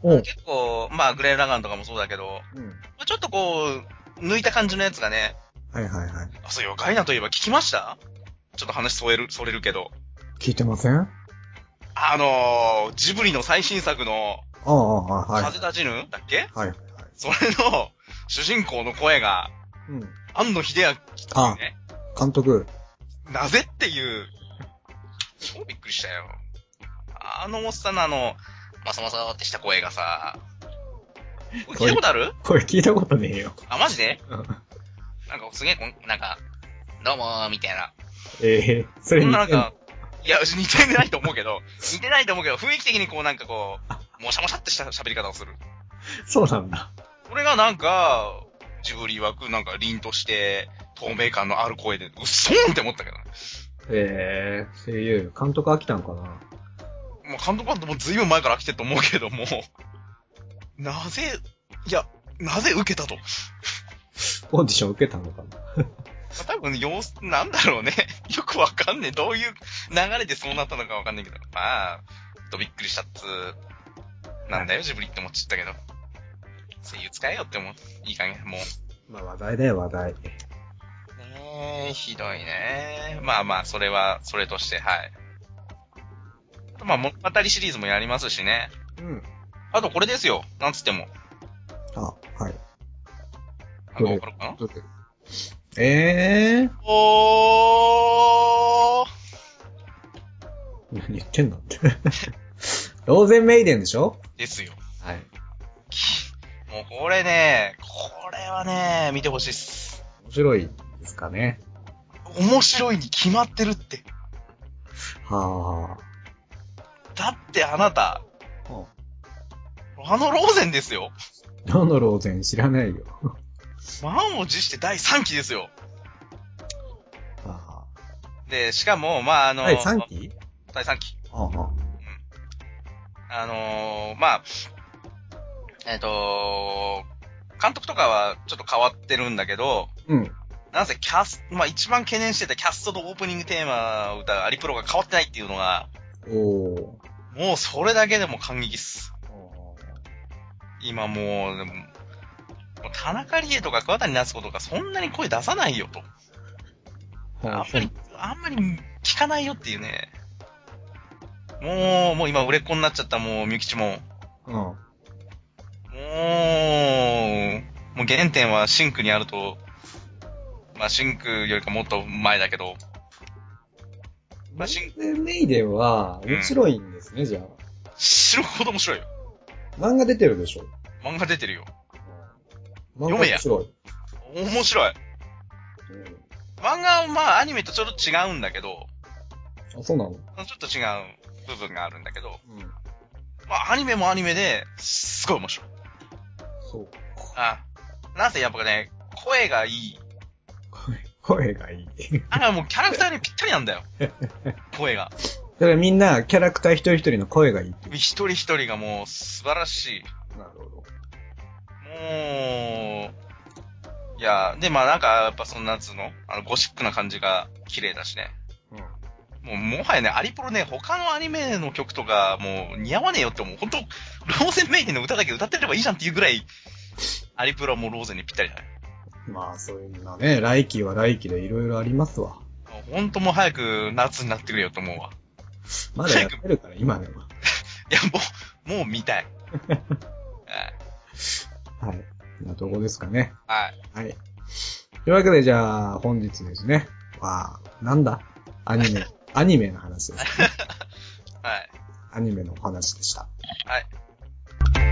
S1: おう。
S2: 結構、まあ、グレーラガンとかもそうだけど、
S1: うん。
S2: まあちょっとこう、抜いた感じのやつがね、
S1: はいはいはい。
S2: あ、そうよ、ガイナといえば聞きましたちょっと話それる、それるけど。
S1: 聞いてませんあ
S2: あのー、ジブリの最新作の、
S1: あ、ああ、はい。
S2: 風立ちぬだっけ
S1: はいはい。
S2: それの、主人公の声が、
S1: うん。
S2: 安野秀明
S1: あ
S2: ね。
S1: 監督。
S2: なぜっていう、超びっくりしたよ。あのおっさんのあの、まさまさってした声がさ、これ聞いたことある
S1: これ聞いたことねえよ。
S2: あ、マジで
S1: うん
S2: なんかすげえこん、なんか、どうもー、みたいな。
S1: ええそ
S2: そ
S1: れ
S2: ん
S1: に
S2: ななんか、いや、似てないと思うけど、似てないと思うけど、雰囲気的にこうなんかこう、もしゃもしゃってした喋り方をする。
S1: そうなんだ。
S2: これがなんか、ジブリ枠なんか凛として、透明感のある声で、うっそーんって思ったけどね。
S1: ええ声優、監督飽きたんかな
S2: まあ、監督はもう随分前から来てると思うけども、なぜ、いや、なぜ受けたと。ま
S1: オーディション受けたのかな
S2: あ多分、様子、なんだろうね。よくわかんねえ。どういう流れでそうなったのかわかんないけど。まあ、とびっくりしたっつー、なんだよ、ジブリって思っちゃったけど。声優使えよって思う。いい加減、もう。
S1: まあ話題だよ話題。
S2: ねえ、ひどいね。まあまあ、それは、それとして、はい。あとまあ、物語シリーズもやりますしね。
S1: うん。
S2: あとこれですよ。なんつっても。
S1: あ、はい。
S2: なんかわかるかな
S1: ええ
S2: おー
S1: 何言ってん だって。ローゼンメイデンでしょ
S2: ですよ。
S1: はい。
S2: もうこれね、これはね、見てほしいっす。
S1: 面白いですかね。
S2: 面白いに決まってるって。
S1: は
S2: だってあな
S1: あ。
S2: た、あのローゼンですよ。
S1: どのローゼン知らないよ。
S2: 満を持して第3期ですよ。
S1: あ
S2: で、しかも、まあ、あ
S1: あ。
S2: の、
S1: 第3期
S2: 第三期。
S1: ああ。
S2: あのー、まあ、えっ、と監督とかはちょっと変わってるんだけど、
S1: うん。
S2: なぜキャス、まあ一番懸念してたキャストとオープニングテーマを歌うアリプロが変わってないっていうのが、
S1: おー。
S2: もうそれだけでも感激っす。今もう、でももう田中理恵とか桑谷夏子とかそんなに声出さないよと。あんまり、あんまり聞かないよっていうね。もう、もう今売れっ子になっちゃったもう、みゆきちも。
S1: うん。
S2: もう、もう原点はシンクにあると、まあシンクよりかもっと前だけど、まあシンク、
S1: で、メイデンは、面白いんですね、じゃ
S2: 知るほど面白いよ。
S1: あ。漫画出てるでしょ。
S2: 漫画出てるよ。
S1: 漫
S2: 読
S1: 画
S2: めや
S1: 面白い。
S2: 面白い。
S1: う
S2: 漫画はまあアニメとちょっと違うんだけど、
S1: んあ、そうなの
S2: ちょっと違う部分があるんだけど、
S1: うん。
S2: まあアニメもアニメで、すごい面白い。
S1: そう。
S2: あなんせやっぱね、声がいい。
S1: 声、声がいい。
S2: あれはもうキャラクターにぴったりなん だよ。声が。
S1: だからみんな、キャラクター一人一人の声がいいってい
S2: 一人一人がもう素晴らしい。
S1: う。なるほど。
S2: もう、いや、で、まあなんか、やっぱそんなつうの、あの、ゴシックな感じが綺麗だしね。
S1: うん。
S2: もう、もはやね、アリポロね、他のアニメの曲とか、もう、似合わねえよって、もう、ほんと、ローゼンメイデンの歌だけ歌ってればいいじゃんっていうぐらい、アリプロはもうローゼンにぴったりだね。
S1: まあ、そういうのはね、来季は来季でいろいろありますわ。
S2: ほんともう早く夏になってくれよと思うわ。
S1: まだやってるから、今でも。
S2: いや、もう、もう見たい。
S1: はい。こんなとこですかね。
S2: はい。はい
S1: はい。というわけで、じゃあ、本日ですね。は、なんだアニ メ、アニメの話です。
S2: はい。
S1: アニメのお話でした。
S2: はい。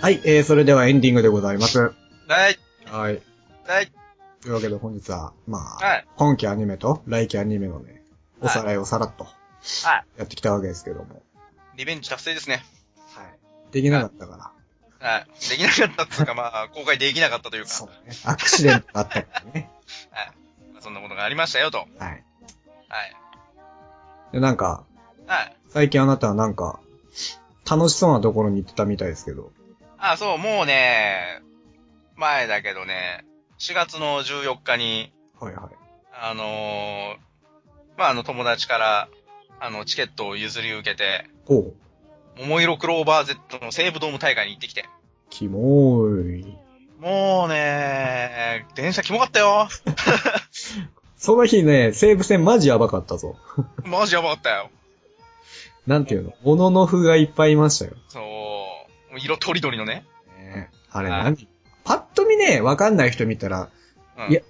S1: はい、えー、それではエンディングでございます。
S2: はい。
S1: はい。
S2: はい。
S1: というわけで本日は、まあ、
S2: はい
S1: 本期アニメと来期アニメのね、おさらいをさらっと
S2: は
S1: やってきたわけですけども。
S2: リベンジ達成ですね。
S1: はい。できなかったから。
S2: はい。できなかったっていうか、まあ、公開できなかったというか、
S1: そうね。アクシデントがあったからね。
S2: はい。まあそんなことがありましたよと。はい。
S1: はい。で、なんか、
S2: はい。
S1: 最近あなたはなんか、楽しそうなところに行ってたみたいですけど。
S2: あ、そう、もうね、前だけどね、4月の14日に、
S1: はいはい。
S2: あのーまあ、あの友達から、あの、チケットを譲り受けて、
S1: おう。
S2: 桃色クローバー Z の西武ドーム大会に行ってきて。
S1: キモーい。
S2: もうね、電車キモかったよ。
S1: その日ね、西武線マジやばかったぞ。
S2: マジやばかったよ。
S1: なんていうのモノノフがいっぱいいましたよ。
S2: そう、もう色とりどりのね。
S1: ねあれ
S2: はい
S1: 何パッと見ね、わかんない人見たら、
S2: うん、
S1: いや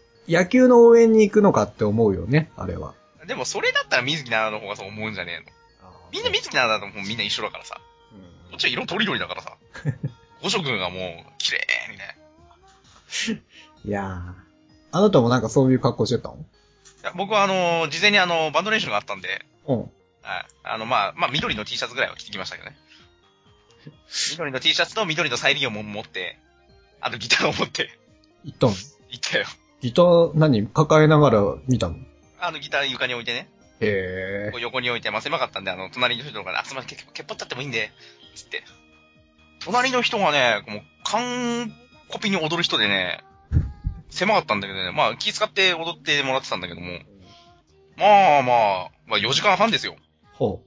S1: 野球の応援に行くのかって思うよね、あれは。
S2: でもそれだったら水木奈々の方がそう思うんじゃねえの。みんな水木奈々だともうみんな一緒だからさ。こっちは色とりどりだからさ。五色がもう、綺麗にね。
S1: うんいやー。あなたもなんかそういう格好してたの
S2: いや僕はあのー事前にあのーバンド練習があったんで、
S1: うん。
S2: はい。あの、まあ、まあ、緑の T シャツぐらいは着てきましたけどね。緑の T シャツと緑のサイリウムを持って、あとギターを持って、
S1: 行ったの
S2: 行ったよ。
S1: ギター何抱えながら見たの
S2: あの、ギター床に置いてね、
S1: へ
S2: こう横に置いて、まあ、狭かったんで、あの、隣の人とかね、あ、すみません、結構、けっぽっちゃってもいいんで、つって。隣の人がね、もう、完コピに踊る人でね、狭かったんだけどね、まあ、気遣って踊ってもらってたんだけども、まあまあ、まあ4時間半ですよ。
S1: ー。ほ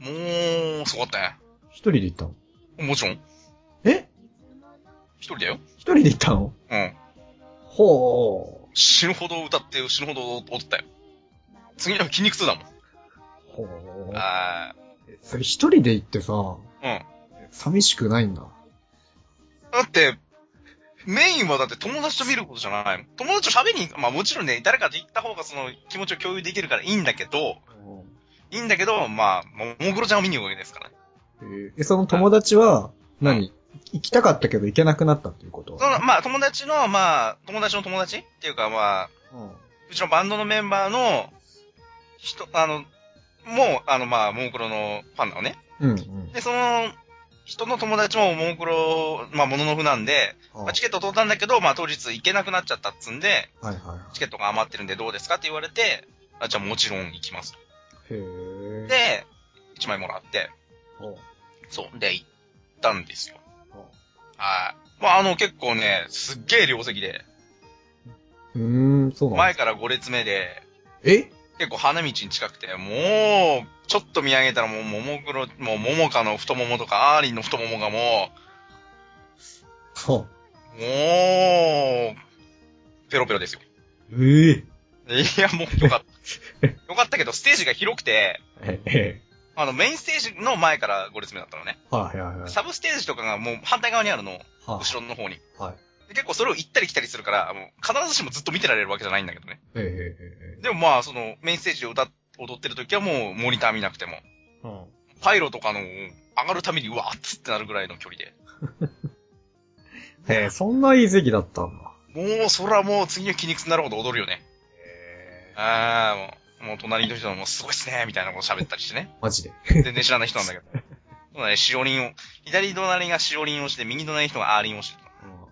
S1: う。
S2: もう、すごかったね。
S1: 一人で行ったの
S2: もちろん、
S1: え
S2: 一人だよ。
S1: 一人で行ったの
S2: うん。
S1: ほう。
S2: 死ぬほど歌って、死ぬほど踊ったよ。次の日筋肉痛だもん。
S1: ほう。
S2: あ
S1: えそれ一人で行ってさ、
S2: ーうん。
S1: 寂しくないんだ。
S2: だって、メインはだって友達と見ることじゃないもん。友達と喋りに行く、まあもちろんね、誰かと行った方がその気持ちを共有できるからいいんだけど、いいんだけど、まあ、ももグロちゃんを見に行くわけですからね。
S1: え、その友達は何、
S2: うん
S1: 行きたかったけど行けなくなったっていうこと
S2: その、まあ友達の、まあ、友達の友達っていうかまあ、
S1: うん。
S2: うちのバンドのメンバーの、人、あの、もう、あの、まあ、モンクロのファンなのね。
S1: うんうん。
S2: で、その、人の友達もモンクロ、まあ、モノノフなんで、
S1: あ
S2: まあ、チケット取ったんだけど、まあ、当日行けなくなっちゃったっつんで、
S1: はいはいはい。
S2: チケットが余ってるんでどうですかって言われて、あ、じゃあもちろん行きます。
S1: へえ。
S2: で、1枚もらって、
S1: ほう
S2: そう。で、行っったんですよ。はい。まあ、あの、結構ね、すっげえ量席で、
S1: うーん、そうなん
S2: 前
S1: だ。
S2: から5列目で、
S1: え
S2: 結構花道に近くて、もう、ちょっと見上げたらもう、ももクロ、もう、ももかの太ももとか、アーリンの太ももがも、
S1: そう
S2: もう、ペロペロですよ。
S1: う。ええ
S2: いや、もうよかった。よかったけど、ステージが広くて、
S1: ええ。
S2: あの、メインステージの前から5列目だったのね。
S1: はいはいはい。
S2: サブステージとかがもう反対側にあるの、
S1: は
S2: 後ろの方に。
S1: い。はい。
S2: で結構それを行ったり来たりするから、もう必ずしもずっと見てられるわけじゃないんだけどね。
S1: えええええ
S2: でもまあ、その、メインステージで歌っ、踊ってる時はもうモニター見なくても、
S1: え。うん。
S2: パイロとかの上がるためにうわ、熱ってなるぐらいの距離で。
S1: へえ、そんないい席だったんだ。
S2: もう、そらもう次の筋肉痛になるほど踊るよね。
S1: へえ。
S2: ああ、もう、もう隣の人もすごいっすね、みたいなこと喋ったりしてね。
S1: マジで。
S2: 全然知らない人なんだけど。そうだね、しおりんを、左隣がしおりんをして、右隣の人がアーリンをしてる。う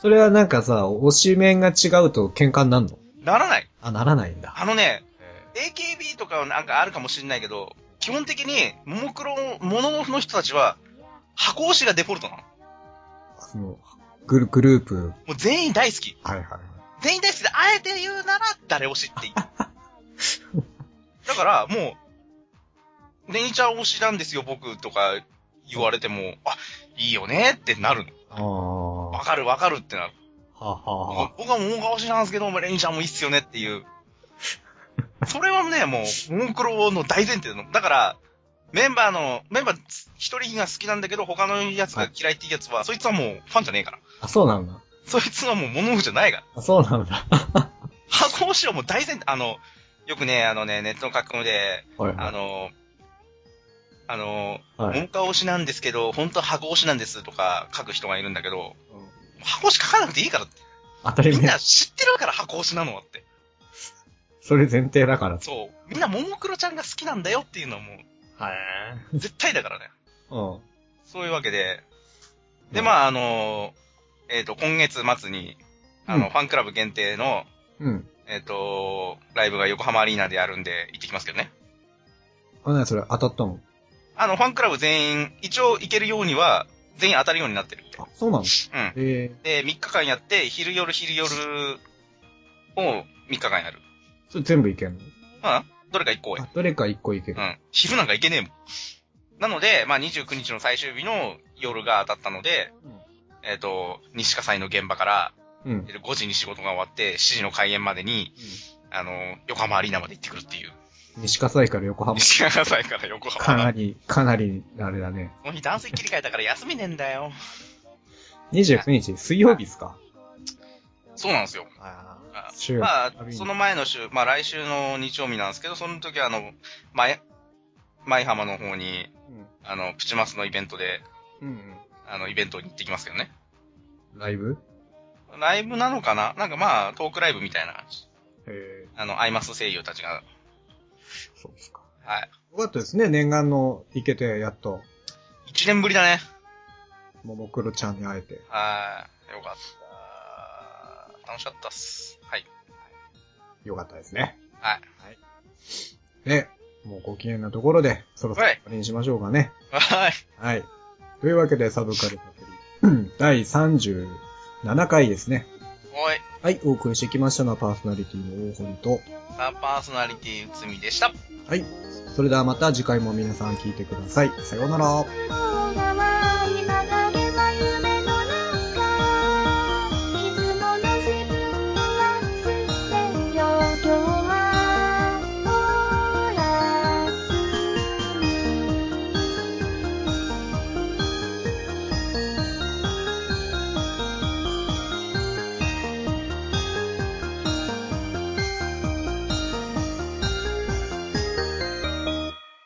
S1: それはなんかさ、推し面が違うと喧嘩になるの
S2: んならない。
S1: あ、ならないんだ。
S2: あのね、AKB とかはなんかあるかもしれないけど、基本的に、ももクロ、ものの人たちは、箱推しがデフォルトなの。
S1: その、グルグループ。
S2: もう全員大好き。
S1: はいはいはい。
S2: 全員大好きで、あえて言うなら、誰推しって言う。だから、もう、ネギちゃん推しなんですよ、僕、とか言われても、あ、いいよねってなる
S1: ああ。
S2: の。わ
S1: は
S2: かるわかるってなる。
S1: あはあはあ。
S2: 僕は桃川推しなんですけど、レニちゃんもいいっすよねっていう。それはね、もう、モンクロの大前提なの。だから、メンバーの、メンバー一人が好きなんだけど、他のやつが嫌いっていうやつは、そいつはもうファンじゃねえから。
S1: あ、そうなんだ。
S2: そいつはもう物じゃないから。
S1: あ、そうなんだ。
S2: 箱推しはもう大前提、あの、よくね、あのね、ネットの書き込みで、
S1: はい
S2: あ
S1: は
S2: の、あの、
S1: い。はい。
S2: 文化推しなんですけど、本当は箱推しなんですとか書く人がいるんだけど、箱推し書かなくていいからって。
S1: 当たり
S2: みん
S1: 前
S2: な。知ってるから箱推しなのって。
S1: それ前提だから。
S2: そう。みんなももクロちゃんが好きなんだよっていうのはもう、
S1: はい。
S2: 絶対だからね。
S1: うん。
S2: そういうわけで。
S1: う
S2: で、
S1: ん
S2: まあ、あのーえっ、と、今月末に、あの、
S1: うん
S2: ファンクラブ限定の、
S1: うん。
S2: えっ、と、ライブが横浜アリーナでやるんで、行ってきますけどね。
S1: あ、なにそれ当たったの
S2: あの、ファンクラブ全員、一応行けるようには、全員当たるようになってるみたい
S1: あ、そうなの
S2: うん。
S1: ええ。
S2: で、3日間やって、昼夜昼夜を3日間やる。
S1: それ全部いけんの
S2: うんどれか1公演
S1: あ。、どれか一個いけ
S2: う
S1: る。
S2: ん。昼なんか行けねえもん。なので、まあ、29日の最終日の夜が当たったので、
S1: うん
S2: えっ、と、西火災の現場から、
S1: うん
S2: え。ー5時に仕事が終わって、7時の開演までに、あの、横浜アリーナまで行ってくるっていう。
S1: 西葛西から横浜。
S2: 西火災から横
S1: かな
S2: 浜。
S1: り、かなり、あれだね。
S2: その日男性切り替えたから休みねえんだよ。
S1: 29日、水曜日っすか
S2: そうなんですよ。
S1: あ
S2: あ
S1: 週。
S2: まあ、その前の週、まあ来週の日曜日なんですけど、その時はあの、前、舞浜の方に、あの、プチマスのイベントで、
S1: うん。うん。
S2: あの、イベントに行ってきますけどね。
S1: ライブ
S2: ライブなのかななんかまあ、トークライブみたいな、
S1: へえ、
S2: あの、アイマス声優たちが、
S1: そうですか。
S2: はい。
S1: よかったですね、念願の行けて、やっと、
S2: 1年ぶりだね。
S1: ももクロちゃんに会えて。
S2: はい。よかった。楽しかったっす。はい。
S1: よかったですね。
S2: はい。
S1: で、もうご機嫌なところで、そろそろ
S2: はい
S1: 終わりにしましょうかね。
S2: はい。
S1: はい。というわけで、サブカルパクリうん、第37回ですね。
S2: おい。
S1: はい、お送りしてきましたのはパーソナリティの大堀と、
S2: さあパーソナリティ、うつみでした。
S1: はい。それではまた次回も皆さん聞いてください。さようなら。
S3: 「君の声が聞こえる」